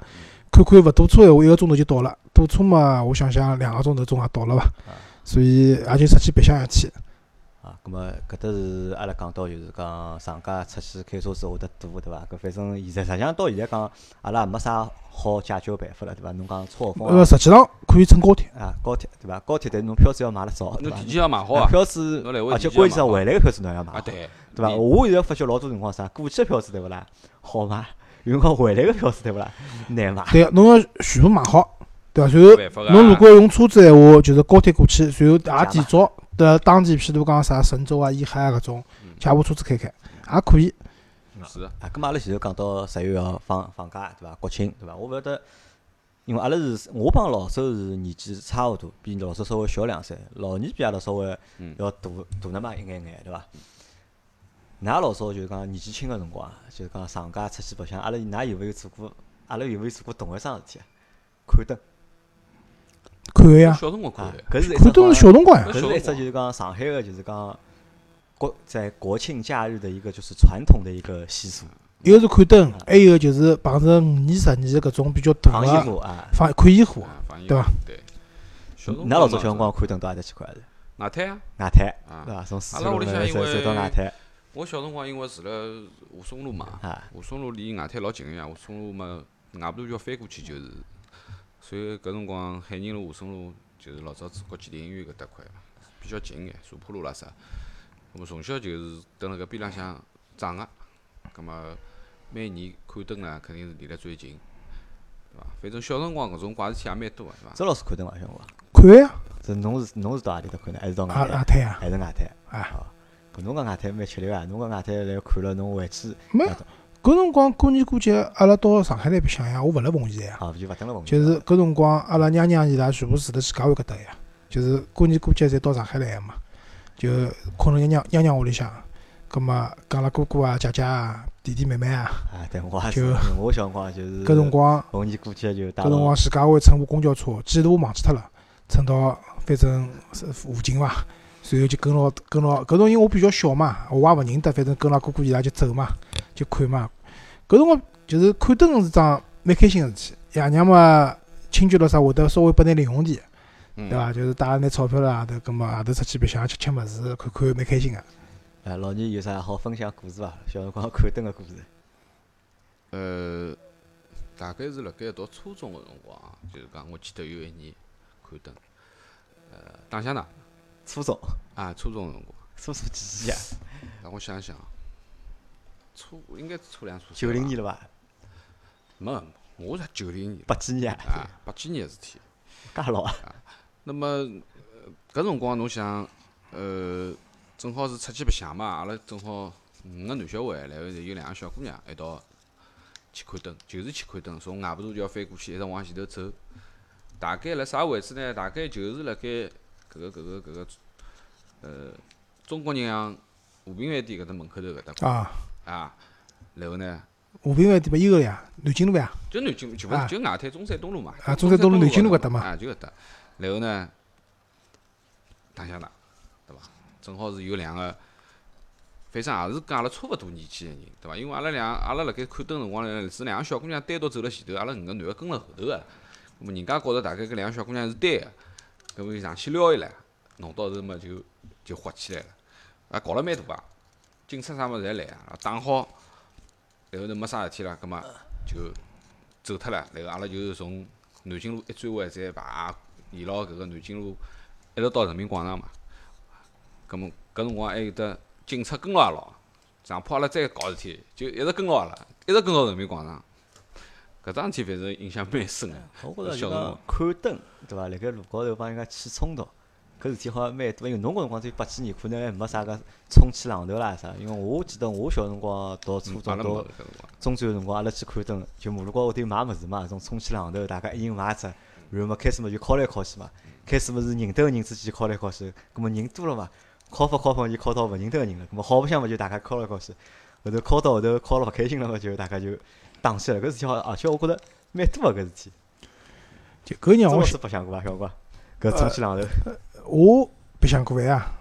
B: 看看勿堵车闲话，一个钟头就到了。堵车嘛，我想想两个钟头总也到了吧
A: 啊。
B: 所以也就出去白相一天。
A: 啊，葛么搿搭是阿拉讲到就是讲上家出去开车子会得堵，对伐？搿反正现在实际上到现在讲，阿拉也没啥好解决办法了，对伐？侬讲车号
B: 呃，
A: 方
B: 实际上可以乘高铁。
A: 啊，高铁对伐？高铁但是侬票子要买了早，对
C: 侬
A: 伐
C: 提？前要买好
A: 啊
C: 啊。
A: 票子
C: 侬来，回
A: 而
C: 提
A: 且
C: 前要
A: 关键是
C: 买好
A: 回来个票子侬要买
C: 啊
A: 好，
C: 对，
A: 对伐？
C: 你
A: 我现在发觉老多辰光啥，过去的票子对勿啦？好买，有辰光回来个票子对勿啦？难 买。
B: 对，侬要全部买好，对伐？
C: 没
B: 然后
C: 办法个啊。
B: 侬如果用车子闲话，就是高铁过去，然后也提早的当地，譬如讲啥神州啊、沿海啊搿种，
C: 嗯
B: 借部车子开开也可以。
C: 是啊，
A: 啊，咁阿拉前头讲到十月要放放假，对伐？国庆，对伐？我勿晓得，因为阿拉是，我帮老周是年纪差勿多，比老周稍微小两岁，老二比阿拉稍微
C: 嗯
A: 要大大那么一眼眼，对伐？㑚老早就是讲年纪轻个辰光啊，就是讲上家出去白相，阿拉㑚有没有做过？阿拉有没有做过同一桩事体啊？看灯
B: 看个呀，
C: 小辰光看
A: 啊
C: 的，，
A: 搿是一
B: 看
A: 只
B: 都
A: 好
B: 是小辰光呀
A: 像，搿是一只就是讲上海个就是讲国在国庆假日的一个就是传统的一个习俗，
B: 一个是看灯，还有个就是碰着五年、十年搿种比较大
A: 放烟
B: 个
A: 火啊。
B: 放看烟火。
C: 啊反正
B: 对伐
C: 对。小辰
A: 㑚老早
C: 嘛
A: 小辰光看灯到阿搭去看的？
C: 外滩啊，
A: 外滩，
C: 啊
A: 对伐？从四
C: 阿
A: 川
C: 拉
A: 路
C: 屋里向
A: 呢
C: 因
A: 走走到
C: 为
A: 外滩，
C: 我小辰光因为住了吴淞路嘛，
A: 啊，
C: 吴淞路离外滩老近个呀，吴淞路嘛，外婆头桥翻过去就是，所以搿辰光海宁路、吴淞路就是老早子国际电影院搿搭块嘛，比较近眼，茶浦路啦啥。那么从小就是蹲辣搿边浪向长个，葛末每年看灯呢，肯定是离得最近，对伐？反正小辰光搿种怪事体也蛮多个，对伐？
A: 周老师看灯伐？小辰光，
B: 看个呀，
A: 这侬是侬是到何里搭看呢？还是到外
B: 啊
A: 滩
B: 啊？对呀，
A: 还是外滩？
B: 啊，
A: 哦，搿侬讲外滩蛮吃力啊！侬讲外滩来看了，侬回去
B: 没
A: 啊
B: 搿辰光过年过节，阿拉到上海来白相呀，我勿辣奉贤呀。
A: 啊，就勿等了朋友。
B: 就是搿辰光，阿拉娘娘伊拉全部住辣徐家汇搿搭呀，就是过年过节侪到上海来个嘛，就困辣娘娘娘娘屋里向，葛末讲拉哥哥啊、姐姐啊、弟弟妹妹啊，
A: 啊，对我也是，
B: 就
A: 因为我小辰光就是
B: 搿辰光
A: 逢年过节就
B: 搿
A: 带
B: 辰光
A: 我
B: 徐家汇乘部公交车，几路忘记脱了，乘到反正是附近伐，然后就跟牢跟牢搿种因为我比较小嘛，我也勿认得，反正跟牢哥哥伊拉就走嘛，就看嘛。搿辰光就是看灯是桩蛮开心个事体，爷娘嘛亲戚咾啥会得稍微拨眼零用钿。
C: 嗯
B: 对伐？就是带眼钞票啦，头搿么夜头出去白相吃吃物事，看看蛮开心个。
A: 啊，老年有啥好分享故事伐？小辰光看灯个故事。
C: 呃，大概是辣盖读初中个辰光啊，就是讲我记得有一年看灯，呃，当下呢
A: 初中，
C: 啊，初中个辰光。
A: 初中几几啊？
C: 让我想想啊，初应该是初两初三
A: 九零
C: 吧
A: 年了伐？
C: 没，我是九零年
A: 八几年啊？
C: 啊，八几年个事体。
A: 介老啊！
C: 那么呃搿辰光侬想，呃，正好是出去白相嘛，阿拉正好五个男小孩，然后有两个小姑娘一道去看灯，就是去看灯，从外婆头桥翻过去，一直往前头走。大概辣啥位置呢？大概就是辣盖搿个搿个搿个，呃，中国人行和平饭店搿搭门口头搿搭块
B: 啊，
C: 啊。然后呢，
B: 和平饭店嘛，伊个呀，南京路呀，
C: 就南京，就勿
B: 啊
C: 是就外滩中山东路嘛。
B: 啊中山东路南京路搿搭嘛
C: 啊，就搿搭。然后呢，打相打，对伐？正好是有两个反正也是跟阿拉差勿多年纪个人，对伐？因为阿拉两阿拉辣盖看灯辰光呢，是两个小姑娘单独走了前头，阿拉五个男个跟了后头个。那么人家觉着大概搿两个小姑娘是单个，搿么就上去撩伊拉，弄到头嘛就就滑起来了，啊，搞了蛮大啊，警察啥物事侪来啊，打好，然后头没啥事体了，搿么就走脱了。然后阿拉就是从南京路一转弯再排，沿牢搿个南京路一直到人民广场嘛。搿么搿辰光还有得警察跟牢阿拉，上铺阿拉再搞事体，就一直跟牢阿拉，一直跟牢人民广场。搿桩事体反正印象蛮深个。
A: 我觉着
C: 小
A: 就
C: 辰光
A: 讲看灯，对伐？辣盖路高头帮人家起冲突，搿事体好像蛮多。因为侬搿辰光只有八几年，可能还没啥个冲起浪头啦啥。因为我记得我小辰光读初
C: 嗯
A: 中
C: 阿拉没
A: 到
C: 搿辰光，
A: 中专个辰光，阿拉去看灯，就马路高头头买物事嘛，从冲起浪头，大家一人买一只，然后嘛开始嘛就敲来敲去嘛，开始嘛是认得个人之间敲来敲去，葛末人多了嘛，敲法敲法就敲到勿认得个人了，葛末好白相嘛就大家敲来敲去，后头敲到后头敲了勿开心了嘛，就大家就打起来了。搿事体好像，而且我觉着蛮多个搿事体。
B: 就搿让
A: 真
B: 我
A: 个
B: 想
A: 是白相过伐，小光？搿充气浪头，
B: 我白相过呀，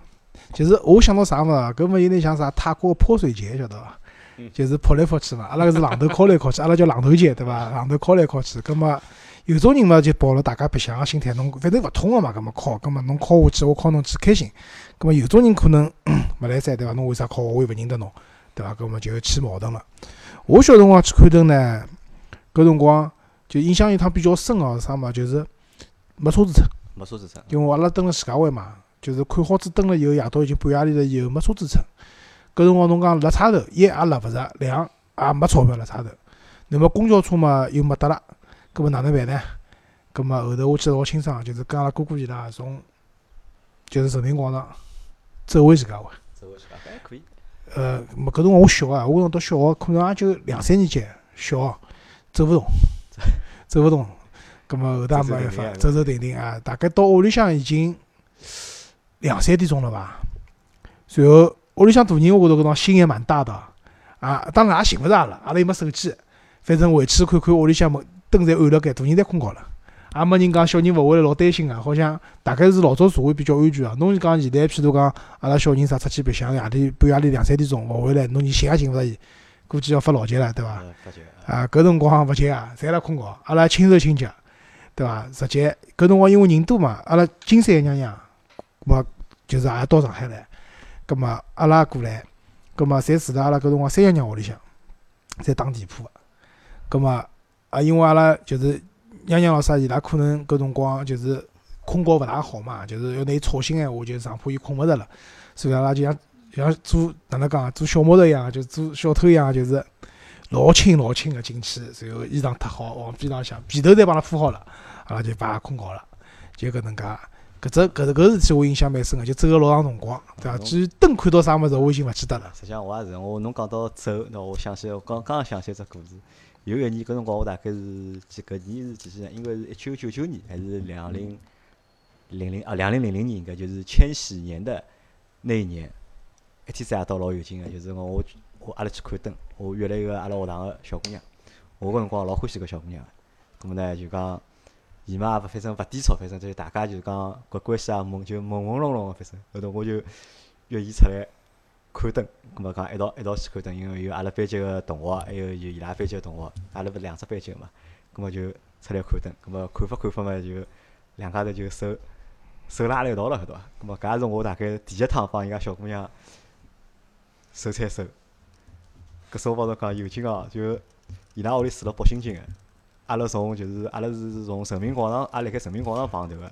B: 就是我想到啥物事啊，搿么有点像啥泰国泼水节，晓得伐？就是泼来泼去嘛，阿拉搿是榔头敲来敲去，阿拉叫榔头节，对伐？榔头敲来敲去，葛么有种人嘛就抱了大家白相个心态，侬反正勿痛个嘛，葛么敲，葛么侬敲下去，我敲侬去开心。葛么有种人可能 勿来三，对伐？侬为啥敲我？我又勿认得侬，对伐？葛么就起矛盾了。我小辰光去看灯呢，搿辰光就印象有一趟比较深哦个是啥嘛，就是没车子出。
A: 没车子乘。
B: 因为阿拉蹲了自家湾嘛，就是看好子蹲了以后，夜到已经半夜里了以后没车子乘。搿辰光侬讲辣差头，一也辣勿着，两也没钞票辣差头。那么公交车嘛又没得了，搿么哪能办呢？搿么后头我记得老清爽，就是跟阿拉哥哥伊拉从就是人民广场走回自家湾。
A: 走下去伐？哎还可以。
B: 呃，没搿辰光我小啊，我搿辰光读小学可能也就两三年级，小学走 勿动，走勿动。葛么后头也没办法，走走停停啊，大概到屋里向已经两三点钟了吧。随后屋里向大人，我觉着搿辰光心也蛮大的啊，当然也寻勿着阿拉，阿拉又没手机，反正回去看看屋里向门灯侪暗了该，大人侪困觉了。也没人讲小人勿回来老担心啊，好像大概是老早社会比较安全啊。侬是讲现在，譬如讲阿拉小人啥出去白相，夜里半夜里两三点钟勿回来，侬连寻也寻勿着伊，估计要发牢监了，对伐？
A: 呃，发觉。
B: 啊，搿辰光勿急啊，侪辣困觉，阿拉轻手轻脚，对伐？直接搿辰光因为人多嘛，阿拉金山娘娘，嘛就是也到上海来，葛末阿拉过来，葛末侪住辣阿拉搿辰光三爷娘屋里向，侪打地铺个，葛末啊，因为阿拉就是娘娘老师伊拉可能搿辰光就是困觉勿大好嘛，就是要拿伊吵醒闲话，就是上铺伊困勿着了，所以阿拉就像就像做哪能讲啊，做小毛头一样，就做小偷一样，就是。老轻老轻个进去，然后衣裳脱好，往边浪向，被头侪帮阿拉铺好了，阿拉就把阿困觉了，就搿能介。啊搿只搿搿事体我印象蛮深个，就走了老长辰光，对伐？
A: 侬
B: 至于灯看到啥物事，我已经勿记得了。
A: 实际上我也是，我侬讲到走，那我想起我刚刚想起一只故事。有一年搿辰光我大概是几搿年是几几年？应该是一九九九年还是两零零零啊两零零零年，应该就是千禧年的那一年。一天子夜到老有劲个，就是我我我阿拉去看灯，我约了一个阿拉学堂个小姑娘，我搿辰光老欢喜搿小姑娘个，咾么呢就讲伊嘛也勿反正勿低潮，反正就是大家就是讲搿关系啊朦就朦朦胧胧个，反正后头我就约伊出来看灯，咁么讲一道一道去看灯，因为有阿拉班级个同学，还有有伊拉班级个同学，阿拉勿是两只班级个嘛，咁么就出来看灯，咁么看法看法嘛就两家头就手手拉辣一道了，晓得伐？咁么搿也是我大概第一趟帮人家小姑娘手牵手，搿时候帮侬讲有劲哦，就伊拉屋里住了北新泾个，阿拉从就是阿拉是从人民广场，阿拉辣盖人民广场旁头个。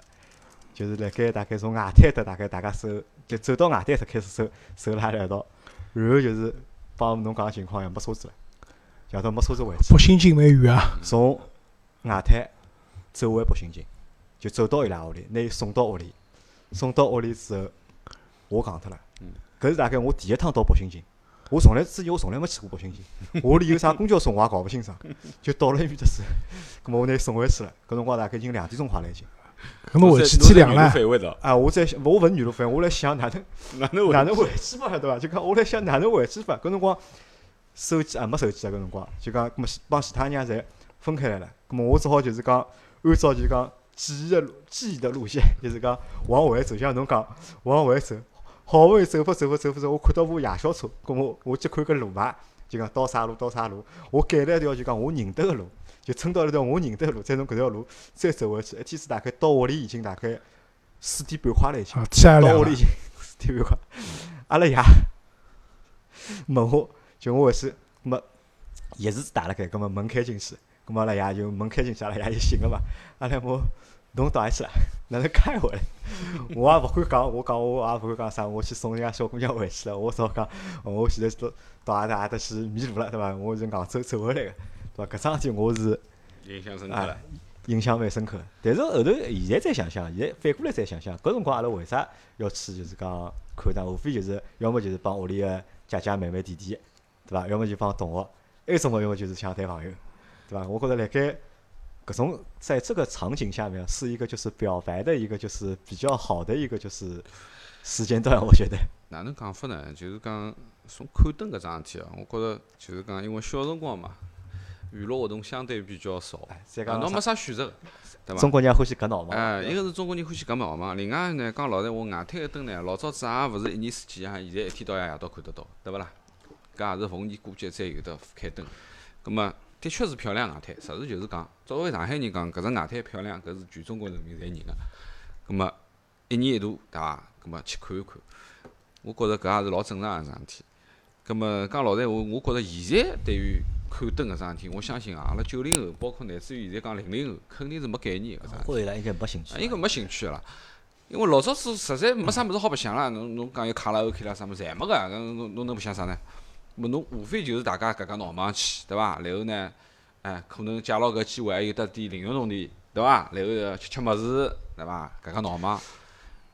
A: 就是辣盖大概从外滩搭大概大家手就走到外滩搭开始手手拉了一道，然后就是帮侬讲个情况一样，没车子了，夜到没车子回去，
B: 北新泾蛮远啊，
A: 从外滩走回北新泾，就走到伊拉屋里，拿伊送到屋里，送到屋里之后，我戆脱了
C: 嗯，
A: 搿是大概我第一趟到北新泾。我从来之前我从来没去过北新泾，我屋里有啥公交车我也搞勿清爽，就到了埃面搭 是，葛末我拿伊送回去了。搿辰光大概已经两点钟快了已经。
B: 搿么回去天亮了，
C: 反胃的，
A: 啊，我在想，我勿是女路反，我来想哪能
C: 哪能
A: 哪
C: 会？
A: 能回去法，对伐？就讲我来想哪能回去法。搿辰光手机也没手机啊，搿辰光就讲，搿么帮其他人家侪分开来了。搿么我只好就是讲，按照就是 讲记忆的路记忆的路线，就是讲往回走，像侬讲往回走，好不容易走法走法走法走，我看到部夜宵车，咾我我去看搿路牌，就讲到啥路到啥路，我改了一条就讲我认得个路，就撑到了一条我认得个路，再从搿条路再走回去，一天子大概到屋里已经大概四点半快了已经。
B: 啊，天也
A: 到
B: 亮
A: 屋
B: 了
A: 里，去，四点半快，阿拉爷问我，就我回去，没钥匙打辣盖，葛末门开进去，葛末阿拉爷就门开进去，阿拉爷就醒了嘛。阿拉我侬到哪里去了？ 哪能开回来？ 我也勿敢讲，我讲我也勿敢讲啥，我去送人家小姑娘回去了。我只好讲，哦我现在到到阿搭阿搭去迷路了，对伐？我是硬走走回来个，对伐？搿桩事体我是
C: 印象深刻
A: 啊
C: 了。，
A: 印象蛮深刻。但是后头现在再想想，现在反过来再想想，搿辰光阿拉为啥要去就是讲看呢？无非就是要么就是帮屋里个姐姐、妹妹、弟弟，对伐？要么就帮同学，还有一种嘛，要么就是想谈朋友，对伐？我觉着辣盖搿种在这个场景下面，啊是一个就是表白的一个就是比较好的一个就是时间段，我觉得。
C: 哪能讲法呢？就是讲从看灯搿桩事体啊，我觉着就是讲，因为小辰光嘛，娱乐活动相对比较少，
A: 哎再
C: 啊
A: 讲
C: 侬没啥选择，对伐
A: 中？国人欢喜搿闹嘛，
C: 哎，
A: 对
C: 一
A: 伐
C: 个是中国人欢喜搿毛嘛，另外呢，讲老实闲话，外滩个灯呢，老早子也勿是一年四季啊，现在一天到夜夜到看得到，对勿啦？搿也是逢年过节才有得开灯。葛末的确是漂亮外滩，实事求是讲，作为上海人讲，搿只外滩漂亮，搿是全中国人民侪认个。葛末一年一度，对伐？葛末去看一看，我觉着搿也是老正常个桩事体。葛末讲老实闲话，我觉着现在对于看灯搿桩事体，我相信啊，阿拉九零后，包括乃至于现在讲零零后，肯定是没概念个搿桩事体。
A: 或者伊拉应该没兴趣
C: 啊，。应该没兴趣个啦。因为老早子实在没啥物事好白相啦，侬侬讲有卡拉 OK 啦啥物事，侪没个，搿侬侬能白相啥呢？么侬无非就是大家搿家闹忙去，对伐？然后呢，哎，可能借牢搿机会还有得点零用铜钿，对伐？然后呃吃吃物事，对伐？搿家闹忙，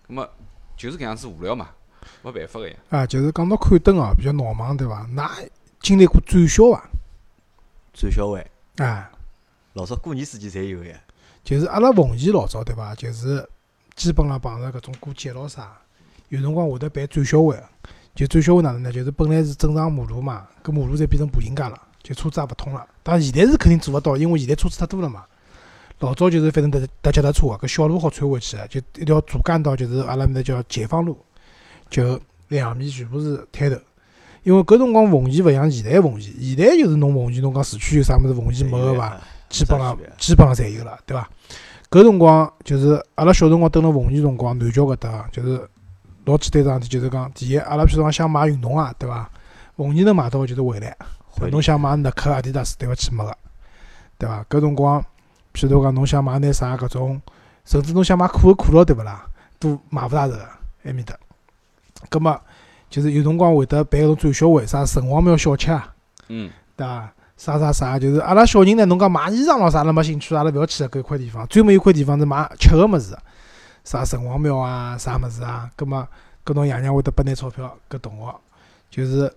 C: 葛么就是搿样子无聊嘛，没办法个呀。
B: 啊，就是讲到看灯哦，比较闹忙对伐？㑚经历过转销伐？
A: 展销会，
B: 啊，
A: 老早过年之前侪有个。
B: 就是阿拉奉贤老早对伐？就是基本上碰着搿种过节咯啥，有辰光会得办转销会的。就转销会哪能呢？就是本来是正常马路嘛，搿马路侪变成步行街了，就车子也勿通了。当然现在是肯定做勿到，因为现在车子太多了嘛。老早就是反正搭搭脚踏车啊，搿小路好穿回去啊，就一条主干道，就是阿拉面搭叫解放路，就两面全部是摊头。因为搿辰光奉贤勿像现在奉贤，现在就是侬奉贤，侬讲市区有啥物事奉贤没个伐？
A: 哎？
B: 基本
A: 啥
B: 上
A: 区别
B: 基本上侪有了，对伐？搿辰光就是阿拉小辰光蹲辣奉贤辰光，南桥搿搭就是老简单桩事体，就是讲第一，阿拉譬如讲想买运动鞋，对伐？奉贤能买到的就是回来，
A: 回力
B: 侬想买耐克、阿迪达斯，对勿起没个，对伐？搿辰光，譬如讲侬想买眼啥搿种，甚至侬想买可口可乐，对勿啦？都买勿大着个埃面搭。葛末就是有辰光会得办搿种转销会，啥城隍庙小吃啊。
C: 嗯，
B: 对伐？啥啥啥，就是阿拉小人呢，侬讲买衣裳咯啥，阿拉没兴趣，阿拉勿要去搿一块地方。专门有一块地方是买吃个物事，啥城隍庙啊，啥物事啊。葛末搿侬爷娘会得拨拿钞票，搿同学就是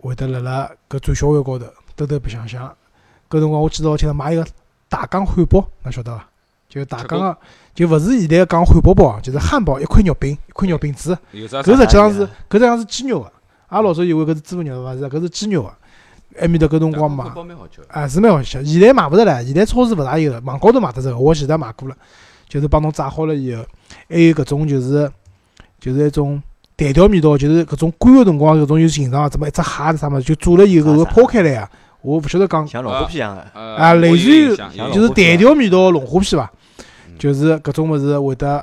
B: 会得辣辣搿转销会高头兜兜白相相。搿辰光我记得我听买一个大港汉堡，侬晓得伐？就是大港个，就勿是现在讲汉堡包啊，就是汉堡一块肉饼，一块肉饼子。
C: 有啥
B: 搿
C: 啥
B: 实际上是
A: 啥
B: 搿实际上是鸡肉个，啊阿拉老早以为搿是猪肉勿是，啊搿是鸡肉个。埃面搭搿辰光买
C: 包蛮好吃的。
B: 啊是蛮好吃，现在买勿着了，现在超市勿大有了，网高头买得着个，我前头买过了，就是帮侬炸好了以后，还有搿种就是就是一种弹调味道，就是搿种干个辰光搿种有形状啊，怎么一只蟹啥物事就做了以后搿个
A: 啥啥
B: 剖开来啊，我勿晓得讲
A: 像老虎皮一样个。
C: 呃
B: 啊类似于
C: 我有印象有印
B: 就
C: 象
B: 是弹调味道龙虾片伐
C: 嗯，
B: 就是搿种物事会得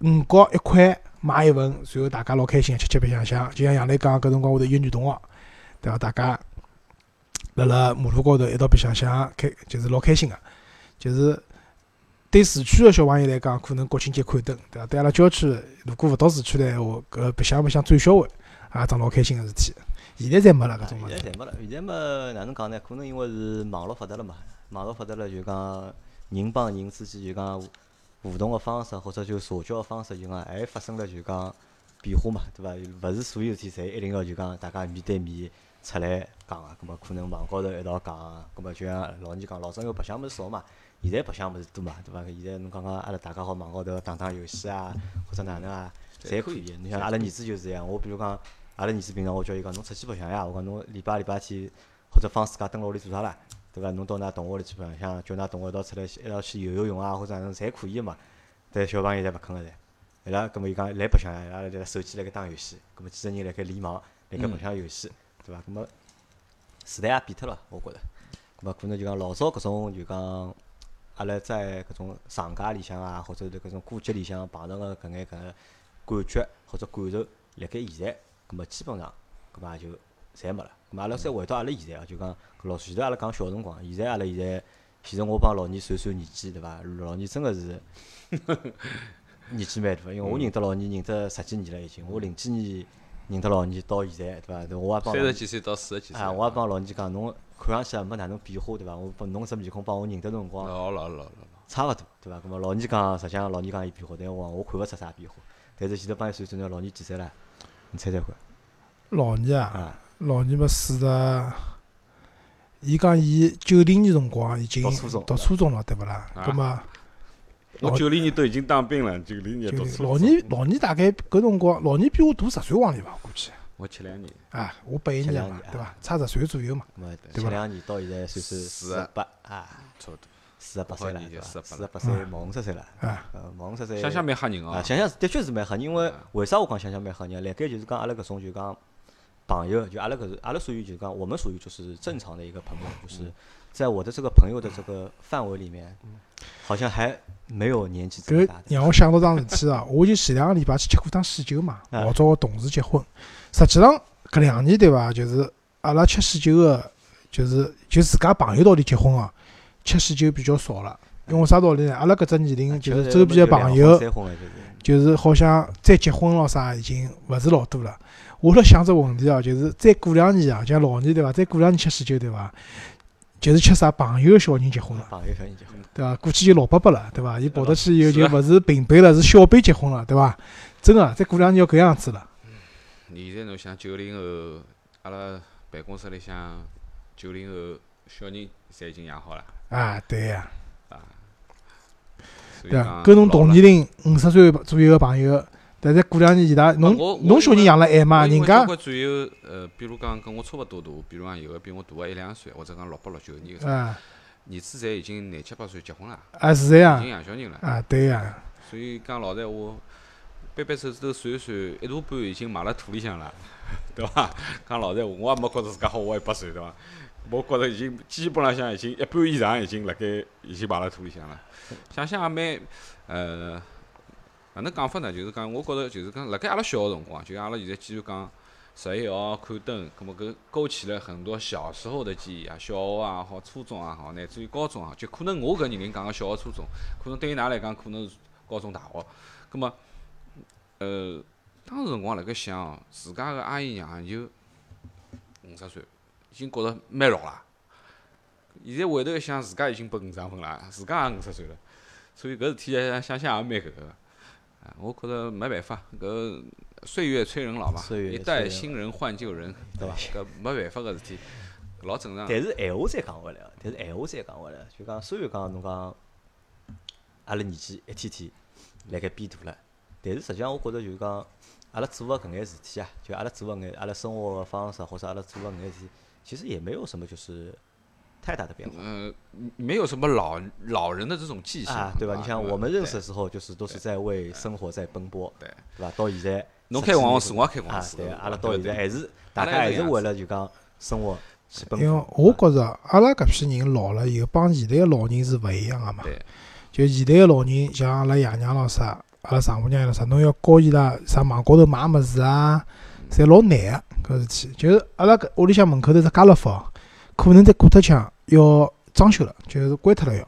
B: 五角一块买一份，然后大家老开心，吃吃白相相。就像杨磊讲，搿辰光会得约女同学，对伐？大家辣辣马路高头一道白相相，开就是老开心个、就是对市区的小朋友来讲，可能国庆节看灯，对伐？对阿拉郊区，如果勿到市区来闲话，搿白相白相转销会，也啊桩老开心个事体。现在侪没了搿种物
A: 现
B: 事
A: 在侪没了，现在嘛哪能讲呢？可能因为是网络发达了嘛，网络发达了就讲人帮人之间就讲互互动个方式或者就社交个方式就讲还发生了就讲变化嘛，对伐？勿是所有事体侪一定要就讲大家面对面出来讲个，葛末可能网高头一道讲，葛末就像老年讲老早因为白相物事少嘛。现在白相物事多嘛，对伐？现在侬讲讲阿拉大家好网高头打打游戏啊，或者哪能啊，侪可以。侬像阿拉儿子就是这样，我比如讲，阿拉儿子平常我叫伊讲，侬出去白相呀，我讲侬礼拜礼拜天或者放暑假蹲辣屋里做啥啦，对伐？侬到㑚同学屋里去白相相，叫㑚同学一道出来一道去游游泳啊，或者哪能，侪可以个嘛。但小朋友侪勿肯个唻，伊拉搿么伊讲来白相，伊拉辣手机辣盖打游戏，搿么几个人辣盖联网，辣盖白相游戏，对伐？搿么时代也变脱了，我觉着。搿么可能就讲老早搿种就讲，阿拉在搿种长假里向啊，或者是搿种过节里向碰到个搿眼搿眼感觉或者感受，辣盖现在，搿么基本上搿么也就侪没了。咾阿拉再回到阿拉现在啊，就讲搿老前头阿拉讲小辰光，现在阿拉现在，其实我帮老倪算算年纪，对伐？老倪真个是年纪蛮大，因为我认得老倪认得十几年了已经，我零几年认得老倪到现在，对伐？对我也帮
C: 三
A: 老
C: 十
A: 倪
C: 几岁到四十几岁，
A: 啊，我也帮老倪讲，侬看上去也没哪能变化，对伐？我帮侬只面孔帮我认得辰光
C: 老老老老老。
A: 差勿多，对伐？咁么老倪讲，实际上老倪讲伊变化，但我我看勿出啥变化。但是现在帮伊算算，老倪几岁了？你猜猜看
B: 老年啊，
A: 啊？
B: 老年嘛四十，伊讲伊九零年辰光已经
A: 读初中
B: 读初中了，对勿啦？
C: 啊
B: 葛末
D: 我
B: 老
D: 九零年都已经当兵了，九零年
B: 就
D: 读
B: 是
D: 初
B: 老
D: 中
B: 年老年大概搿辰光，老年比我大十岁往里伐，我估计
C: 我七两年，
B: 啊，我八一年
A: 七两
B: 的嘛
A: 年，啊
B: 对伐？差十岁左右嘛。
A: 咁么
B: 对
A: 前
B: 吧
A: 两年到现在算算
C: 四
A: 四十八啊，
C: 差不多。
A: 四十八岁了，对伐？
C: 不好
A: 四
C: 意
A: 十
C: 思
A: 八岁，毛五十岁了，
B: 啊
A: 呃，毛五十岁。
C: 想想蛮吓人
A: 啊，
C: 哦，
A: 想想是的确是蛮吓人，因为为啥我讲想想蛮吓人？辣盖就是讲阿拉搿种就讲朋友，就阿拉搿是阿拉属于就是讲我们属于就是正常的一个朋友，就是在我的这个朋友的这个范围里面，好像还没有年纪这么
B: 搿
A: 大的。
B: 让我想到桩事体啊， 我就前两个礼拜去吃过趟喜酒嘛，
A: 啊
B: 老早我同事结婚，实际上搿两年对伐？就是阿拉吃喜酒个，就是就自家朋友道里结婚啊，吃喜酒比较少了。因为啥道理呢？阿拉搿只年
A: 啊
B: 龄就是周边的朋友，
A: 再婚了就是。
B: 就是好像再结婚咯啥，已经勿是老多了。我辣想只问题啊，就是再过两年啊，像老年对伐？再过两年吃喜酒对伐？就是吃啥朋友的小人结婚了，
A: 朋友小人结婚，
B: 对伐？估计就老伯伯了，对伐？伊跑得去以后就勿是平辈了，是小辈结婚了，对伐？真个，再过两年要搿样子了。
C: 你现在侬想九零后，阿拉办公室里向九零后小人侪已经养好了，
B: 啊，对呀、
C: 所以
B: 对
C: 讲
B: 啊，跟侬
C: 老
B: 同
C: 了
B: 年龄五十岁左右个朋友，但再过两年伊拉侬
C: 啊我我
B: 侬小人养了晚嘛，
C: 我因
B: 人
C: 为
B: 家
C: 交关战友，呃，比如讲跟我差勿多大，比如讲有个比我大个一两岁，或者讲六八六九年个，
B: 啊
C: 儿子侪已经廿七八岁结婚了，
B: 啊是这
C: 已
B: 样
C: 经养小人了。
B: 啊，对呀、
C: 所以讲老实闲话，掰掰手指头算一算，一大半已经埋辣土里向了， 对伐？讲老实闲话，我也没觉着自家好活一百岁，对伐？我觉着已经基本浪向已经一半以上已经辣盖已经埋辣土里向了，想想也蛮呃。哪能讲法呢？就是讲，我觉着就是讲，辣盖阿拉小个辰光，就像阿拉现在继续讲十一号看灯，葛末搿勾起了很多小时候的记忆啊，小学也好，初中也啊好，乃至于高中也好，就可能我搿年龄讲个小学、初中，可能对于㑚来讲可能是高中、大学，葛末呃，当时辰光辣盖想哦，自家个阿姨娘舅五十岁，已经觉着蛮老啦。现在回头一想，自家已经奔五十分了，自家也五十岁了，所以搿事体想想想也蛮搿个个。啊，我觉着没办法，搿岁月催人老嘛，
A: 岁月
C: 一
A: 催
C: 代
A: 人
C: 新人换旧人，
A: 对伐？
C: 搿没办法个事体，老正常。
A: 但是闲话再讲回来啊，但是闲话再讲回来，啊就讲虽然讲侬讲，阿拉年纪一天天辣盖变大了，但是实际上我觉着就是讲，阿拉做个搿眼事体啊，就阿拉做个眼阿拉生活个方式或者阿拉做个眼事体，其实也没有什么就是太大的变化。
C: 呃，没有什么老老人的这种记性
A: 啊，对吧？你像我们认识的时候，就是都是
C: 对
A: 在为生活在奔波，
C: 对
A: 对吧？到现在，
C: 侬
A: 实
C: 开
A: 际
C: 广告
A: 上
C: 室我也开广告
A: 啊
C: 室，
A: 对，
C: 对
A: 阿拉
C: 吧
A: 到
C: 对
A: 现在
C: 对
A: 还是大
C: 阿拉
A: 家
C: 还
A: 还
C: 是
A: 是
C: 这
A: 为
C: 样
A: 了就讲生活去奔
B: 因为
A: 波。
B: 我
A: 啊
B: 觉着阿拉搿批人老了以后，帮现在个老人是勿一样个嘛
C: 对。
B: 就现在个老人，像阿拉爷娘咾啥，阿拉丈母娘咾啊啥，侬要教伊拉啥网高头买物事啊，侪老难个搿事体。就是阿拉搿屋里向门口头只家乐福，可能再过脱腔要装修了，就是关脱了要。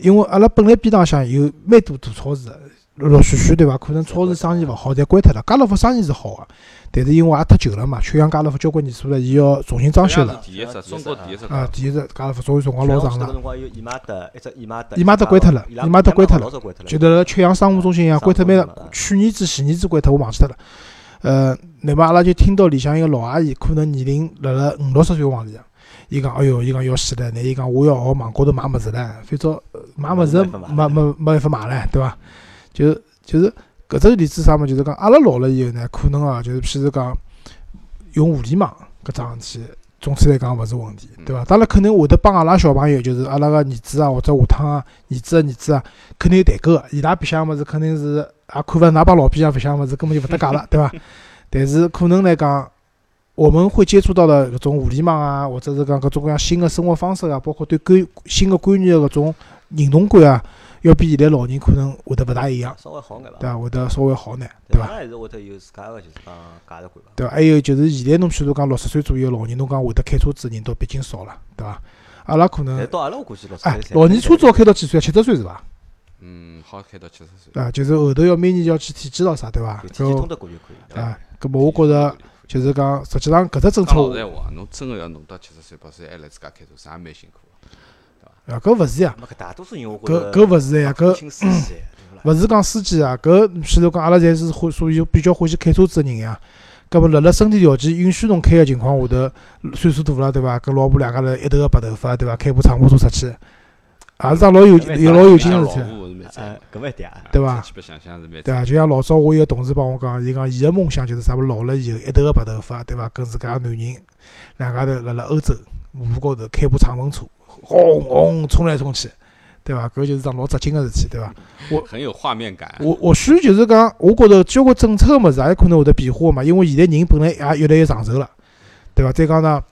B: 因为阿拉本来边浪向有蛮多大超市的，陆陆续续对伐？可能超市生意勿好，侪关脱了。家乐福生意是好个、但是因为也忒久了嘛，秋阳家乐福交关年数了，伊要重新装修
C: 这
B: 了。
C: 样是第一只，中国第一只
B: 啊，第一只家乐福作为辰光
A: 全
B: 老
A: 国
B: 长
A: 这个
B: 了，
A: 辰光有姨妈的，一只姨妈的，
B: 姨妈的关脱了
A: 伊拉
B: 姨妈的关脱了
A: 老早关脱了，
B: 就辣辣曲阳商务中心一样，
A: 商务
B: 关脱蛮
A: 中心嘛
B: 了
A: 啊。
B: 去年子、前年子关脱，我忘记脱了。呃，那么阿拉就听到里向一个老阿姨，可能年龄辣辣五六十岁往里向，伊讲，哎哟，伊讲要死了，那伊讲我要学网高头买物事唻，反正呃买物事
A: 没办法
B: 没
A: 买
B: 没没办法买唻，对伐？就就是搿只例子啥么？就是讲阿拉老了以后呢，可能啊，就是譬如讲用互联网搿桩事体，总体来讲勿是问题，对
A: 嗯
B: 伐？当然肯定会得帮阿拉小朋友，就是阿拉个儿子啊，或者下趟啊，儿子个儿子啊，肯定有代沟个，伊拉白相物事肯定是也看勿哪帮老皮啊，勿像物事根本就勿搭界了，对伐？ 但是可能来讲，我们会接触到的搿种互联网啊，或者是讲搿种各样新的生活方式啊，包括对观新的观念的搿种认同感啊，要比现在老人可能会得勿大一样，
A: 稍微好眼
B: 对
A: 伐？
B: 伐？会得稍微好眼，对嗯伐
A: 当？然还是会得有自家个就是讲价值观伐。
B: 对伐？还有就是现在侬譬如讲六十岁左右的老人，侬讲会得开车子的人倒毕竟少了，对伐？阿拉可能
A: 但到阿拉我估计老
B: 哎，老年车
A: 车
B: 子要开到几岁啊？七十岁是伐？
C: 嗯，好开到七十岁，
B: 啊，就是后头要每年要去体检咯啥，对伐？
A: 体检
B: 搿
A: 通得过就可以。
B: 啊，搿么我觉着就是讲，实际上搿只政
C: 讲
B: 策
C: 老实闲话，啊侬真个要弄到七十岁、八十岁还来自家开车，啥也蛮辛苦的。
B: 啊，搿勿是呀，
A: 没搿大多数人我觉
B: 搿
A: 着
B: 搿勿是呀，搿
A: 轻视一
B: 嗯
A: 些，对伐？
B: 勿是讲司机啊，搿譬如讲阿拉侪是欢属于比较欢喜开车子个人呀。搿么辣辣身体条件允许侬开个情况下头，岁数大了对伐？跟老婆两家头一头个白头发对伐？开部敞篷车出去，也是桩老有
A: 哎
B: 有老有劲
C: 人
B: 个
C: 老
B: 事体。
C: 婆是蛮
A: 哎
C: 惨，，
A: 搿么一点啊，
B: 对伐
C: 去白相相是
B: 对
C: 蛮惨。
B: 啊，就像老早我一个同事帮我讲，伊讲伊个梦想就是啥物事老了以后一头个白头发，对伐？跟自家男人两家头辣辣欧洲马路高头开部敞篷车，轰轰冲来冲去，对伐？搿就是桩老扎劲个事体，对伐？
C: 很有画面感。
B: 我或许就是讲，我觉着交关政策个物事也有可能会得变化嘛，因为现在人本来也越来越长寿了，对伐？再讲呢，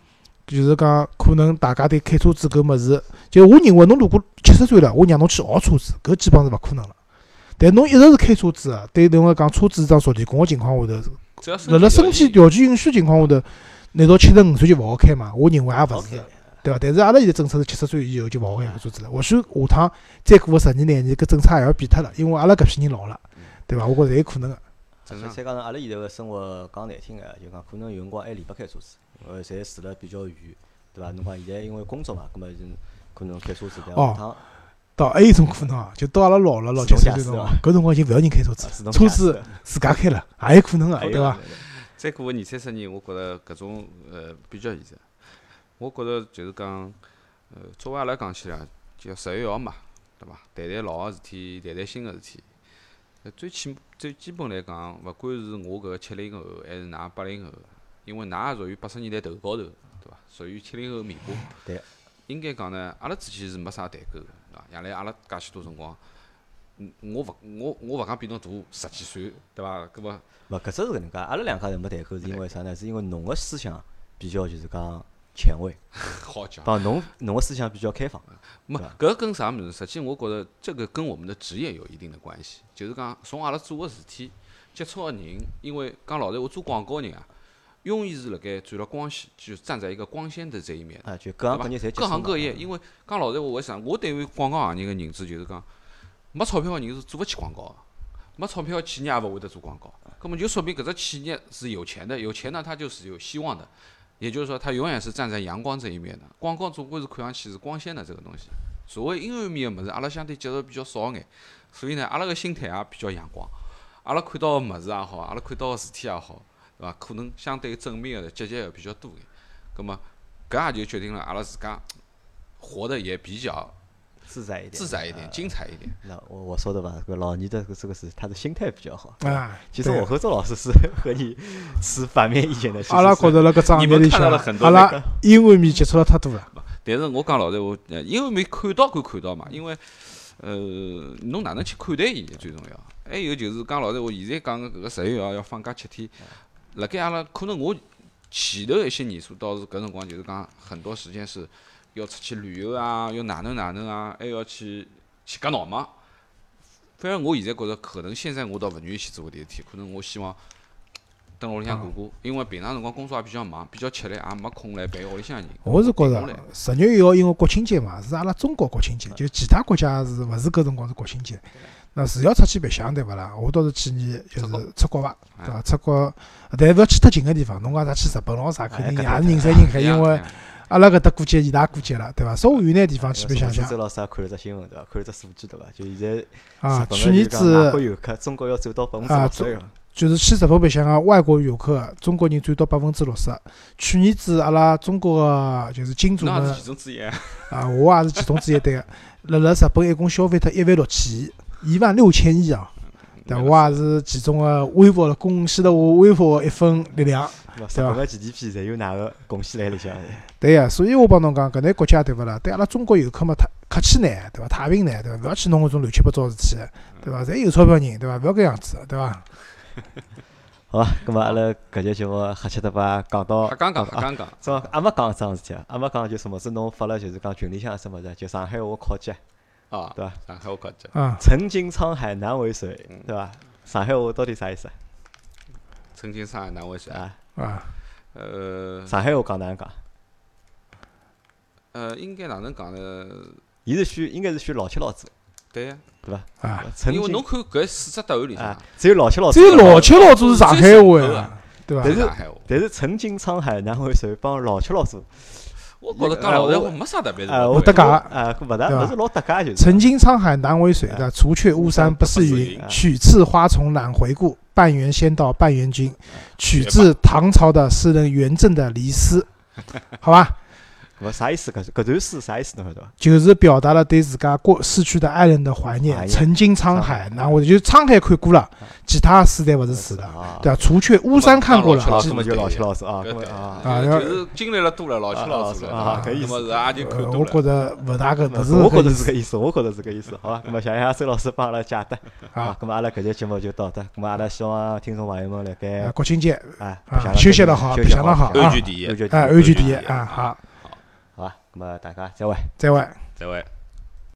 B: 就是讲可能大家对开车子搿物事，就我认为侬如果七十岁了，我让侬去学车子，搿基本上是勿可能了。但侬一直是开车子啊，对侬来讲，车子是桩熟练工个情况下头，
C: 只要
B: 辣辣身体
C: 条
B: 条件允许情况下头，难道七十五岁就勿好开嘛？我认为也勿是
A: OK，。
B: 对伐？但是阿拉现在政策是七十岁以后就勿好开车子了，或许下趟再过个十年廿年，搿政策也要变脱了，因为阿拉搿批人老了，
A: 嗯
B: 对伐？我觉着侪有可能个。
C: 正
A: 所以
C: 常
A: 再讲呢，阿拉现在个生活讲难听个，就讲可能有辰光还离不开车子，因为侪住了比较远，对伐？侬讲现在因为工作嘛，葛末就可能开车子但
B: 哦
A: 下趟
B: 到还有一种可能啊，就到阿拉老了老七十岁
A: 自动驾驶
B: 辰光
A: 了，
B: 搿辰光就勿要人开车子
A: 自动
B: 了，车
A: 驾
B: 子
A: 驶啊哎
B: 自家开了，也有 可能个，啊对伐？？
C: 再过个二三十年，我觉着搿种呃比较现实。我觉着就是讲，呃，作为阿拉讲起来，叫十一号嘛，对伐？谈谈老个事体，谈谈新个事体。呃最起最基本来讲，勿管是我搿个七零后，还是㑚八零后，因为㑚也属于八十年代头高头，对伐？属于七零后尾巴。
A: 对。
C: 应该讲呢，阿拉之间是没啥代沟个，对伐？原来阿拉介许多辰光，嗯我勿我我勿讲比侬大十几岁，对伐？搿么
A: 勿，搿只是搿能介，阿拉两家头没代沟，是因为啥呢？是因为侬个思想比较就是讲前卫，
C: 好讲。
A: 帮侬侬个思想比较开放。
C: 没
A: 对吧，
C: 搿跟啥物事？实际我觉着这个跟我们的职业有一定的关系。就是讲，从阿拉做个事体，接触个人，因为讲老实闲话，做广告人啊，永远是辣盖转了光线，就站在一个光鲜的这一面。
A: 啊，就各行各
C: 对
A: 业
C: 伐
A: 侪接
C: 各
A: 触
C: 行
A: 嘛
C: 各业，因为讲老实闲话，为啥？我对于广告行业个认知就是讲，没钞票个人是做勿起广告个，没钞票个企业也勿会得做广
A: 嗯
C: 告。根本就说明搿只企业是有钱的，有钱呢，它就是有希望的。也就是说，它永远是站在阳光这一面的。广告总归是看上去是光鲜的这个东西。所谓阴暗面个物事，阿拉相对接受比较少眼，所以呢，阿拉个心态也比较阳光。阿拉看到个物事也好，阿拉看到个事体也好，对伐？可能相对正面个、积极个比较多眼。葛么，搿也就决定了阿拉自家活得也比较
A: 啊自在一点，啊呃
C: 自在一点、精彩一点。
A: 那我我说的吧，这个老倪的这个是他的心态比较好。
B: 啊，
A: 其实
B: 对
A: 我和周老 师是和你持反面意见的。其实
B: 阿拉
A: 是
B: 觉着辣搿张
C: 你
B: 页
C: 们
B: 里
C: 看
B: 向
C: 到了很，多
B: 阿
C: 那
B: 拉阴暗面接触了太多了。
C: 但是我讲老实闲话，呃因为没看到归看到嘛，因为呃，侬哪能去看待伊最重要。还有就是讲老实闲话，现在讲个搿个十一号要放假七天，辣盖阿拉可能我前头一些年数倒是搿辰光就是讲很多时间是要出去旅游啊，要哪能哪能啊，还要去去搿闹忙。反而我现在觉着，可能现在我倒勿愿意去做搿点事体，可能我希望等屋里向过过，因为平常辰光工作也比较忙，比较吃力，也没空来陪屋里向人。
B: 我是觉
C: 我来
B: 着十月一号因为国庆节嘛，是阿拉中国国庆节，就其他国家是勿是搿辰光是国庆节？那是要出去白相对勿啦？我倒是建议就
C: 啊出国
B: 是出国
C: 啊
B: 伐，对伐？出国，但勿要去太近个地方，侬讲啥去日本咯
C: 啊
B: 啥，肯定也是人山人海，
C: 一样
B: 因为
C: 一样
B: 阿拉搿搭过节伊拉过节了，对伐？稍微远眼地方去
A: 因
B: 白
A: 为
B: 相
A: 上次
B: 相
A: 周老师也看了只新闻对伐？看了只数据对伐？就现在
B: 啊
A: 日。本
B: 去
A: 的
B: 年
A: 就讲外国
B: 子
A: 游客，中国要走到百分之
B: 啊
A: 六十了。
B: 就是去日本白相个外国游客，中国人占到百分之六十。去年子阿拉中国个就是金主
C: 那
B: 呢
C: 是其中之一。
A: 哦
B: 啊，我也是其中之一对个。辣辣日本一共消费脱一万六千亿，一万六千亿啊！对，我也是其中个微薄了贡献了我微薄的一份力量。
A: 对伐？日本个 GDP 侪有哪个贡献辣里向？
B: 对呀、所以我帮侬讲，搿类国家对勿啦？对阿拉中国游客嘛，他客气眼，对伐？太平眼，对伐？勿要去弄搿种乱七八糟事体，对伐？侪有钞票人，对伐？勿要搿样子，对伐？
A: 好吧，咁嘛，阿拉搿节节目瞎七搭八讲到
C: 瞎，讲讲瞎讲讲，
A: 怎么也没讲桩事体啊，也没讲就什么子侬发了就是讲群里向什么的，就上海话考级，
C: 啊，
A: 对伐？
C: 上海话讲讲，
B: 啊，
A: 曾经沧海难为水，
C: 嗯
A: 对伐？上海话到底啥意思啊
C: 曾经上海难为谁？
A: 啊？
B: 啊，
C: 呃
A: 上海话讲哪能讲？
C: 呃，应该哪能讲呢？
A: 伊是选应该是选老七老子，
C: 对呀，
A: 对伐？
B: 啊，
A: 曾
C: 因为侬
A: 经
C: 看搿四只答案里向
A: 啊，，只有老七老子
B: 只有
A: 讲
B: 哦老七老祖是上海话
C: 最省头啊
B: 呀，对伐
A: 但？
C: 是
A: 是
C: 上海话。
A: 但是曾经沧海难为水帮老七老子，
C: 我觉着讲老实话没啥特别
A: 哎，
C: 的。
A: 我
B: 搭嘎
A: 啊，搿勿大
B: 对伐
A: 勿是老搭嘎就是。
B: 曾经沧海难为水的，除却巫山不是云
A: 啊。
B: 取自花丛懒回顾，半缘仙道半缘君。取自唐朝的诗人元稹的《离诗》，好吧，
A: 勿啥意思？搿搿段诗啥意思？侬晓得伐？
B: 就是表达了对自家过逝去的爱人的怀念。
A: 怀念
B: 曾经沧海难为，就是沧海看过了，其他诗侪勿是词的，
A: 啊，
B: 对吧？除却巫山看过了
C: 当，然
A: 啊，
C: 是
A: 根本就
C: 对
A: 老七老子啊，
C: 搿
A: 根本
C: 对
A: 啊，
B: 啊要
C: 就是经历了多了，老去老子了
A: 啊啊搿意思
C: 那么是也就看
B: 呃
C: 多
B: 我觉
C: 了。
B: 着勿大个，勿是
A: 我觉
B: 个
A: 着
B: 意
A: 是
B: 思
A: 搿意思，我觉着是搿意思，好吧？那么谢谢周老师帮阿拉解答
B: 啊。
A: 咁么阿拉搿节节目就到这，咁么阿拉希望听众朋友们辣
B: 啊
A: 盖
B: 国庆节
A: 啊白相
B: 啊，
A: 了
B: 休息了好，
A: 休
B: 白
A: 息
B: 相了
A: 好
B: 好
C: 安
B: 啊
C: 全，第一
A: 安，全
B: 啊，
A: 第一
B: 安全第
C: 安全第
B: 一
C: 一
B: 啊，好，
A: 好吧？咁么大家再会。
B: 再会。
C: 再会。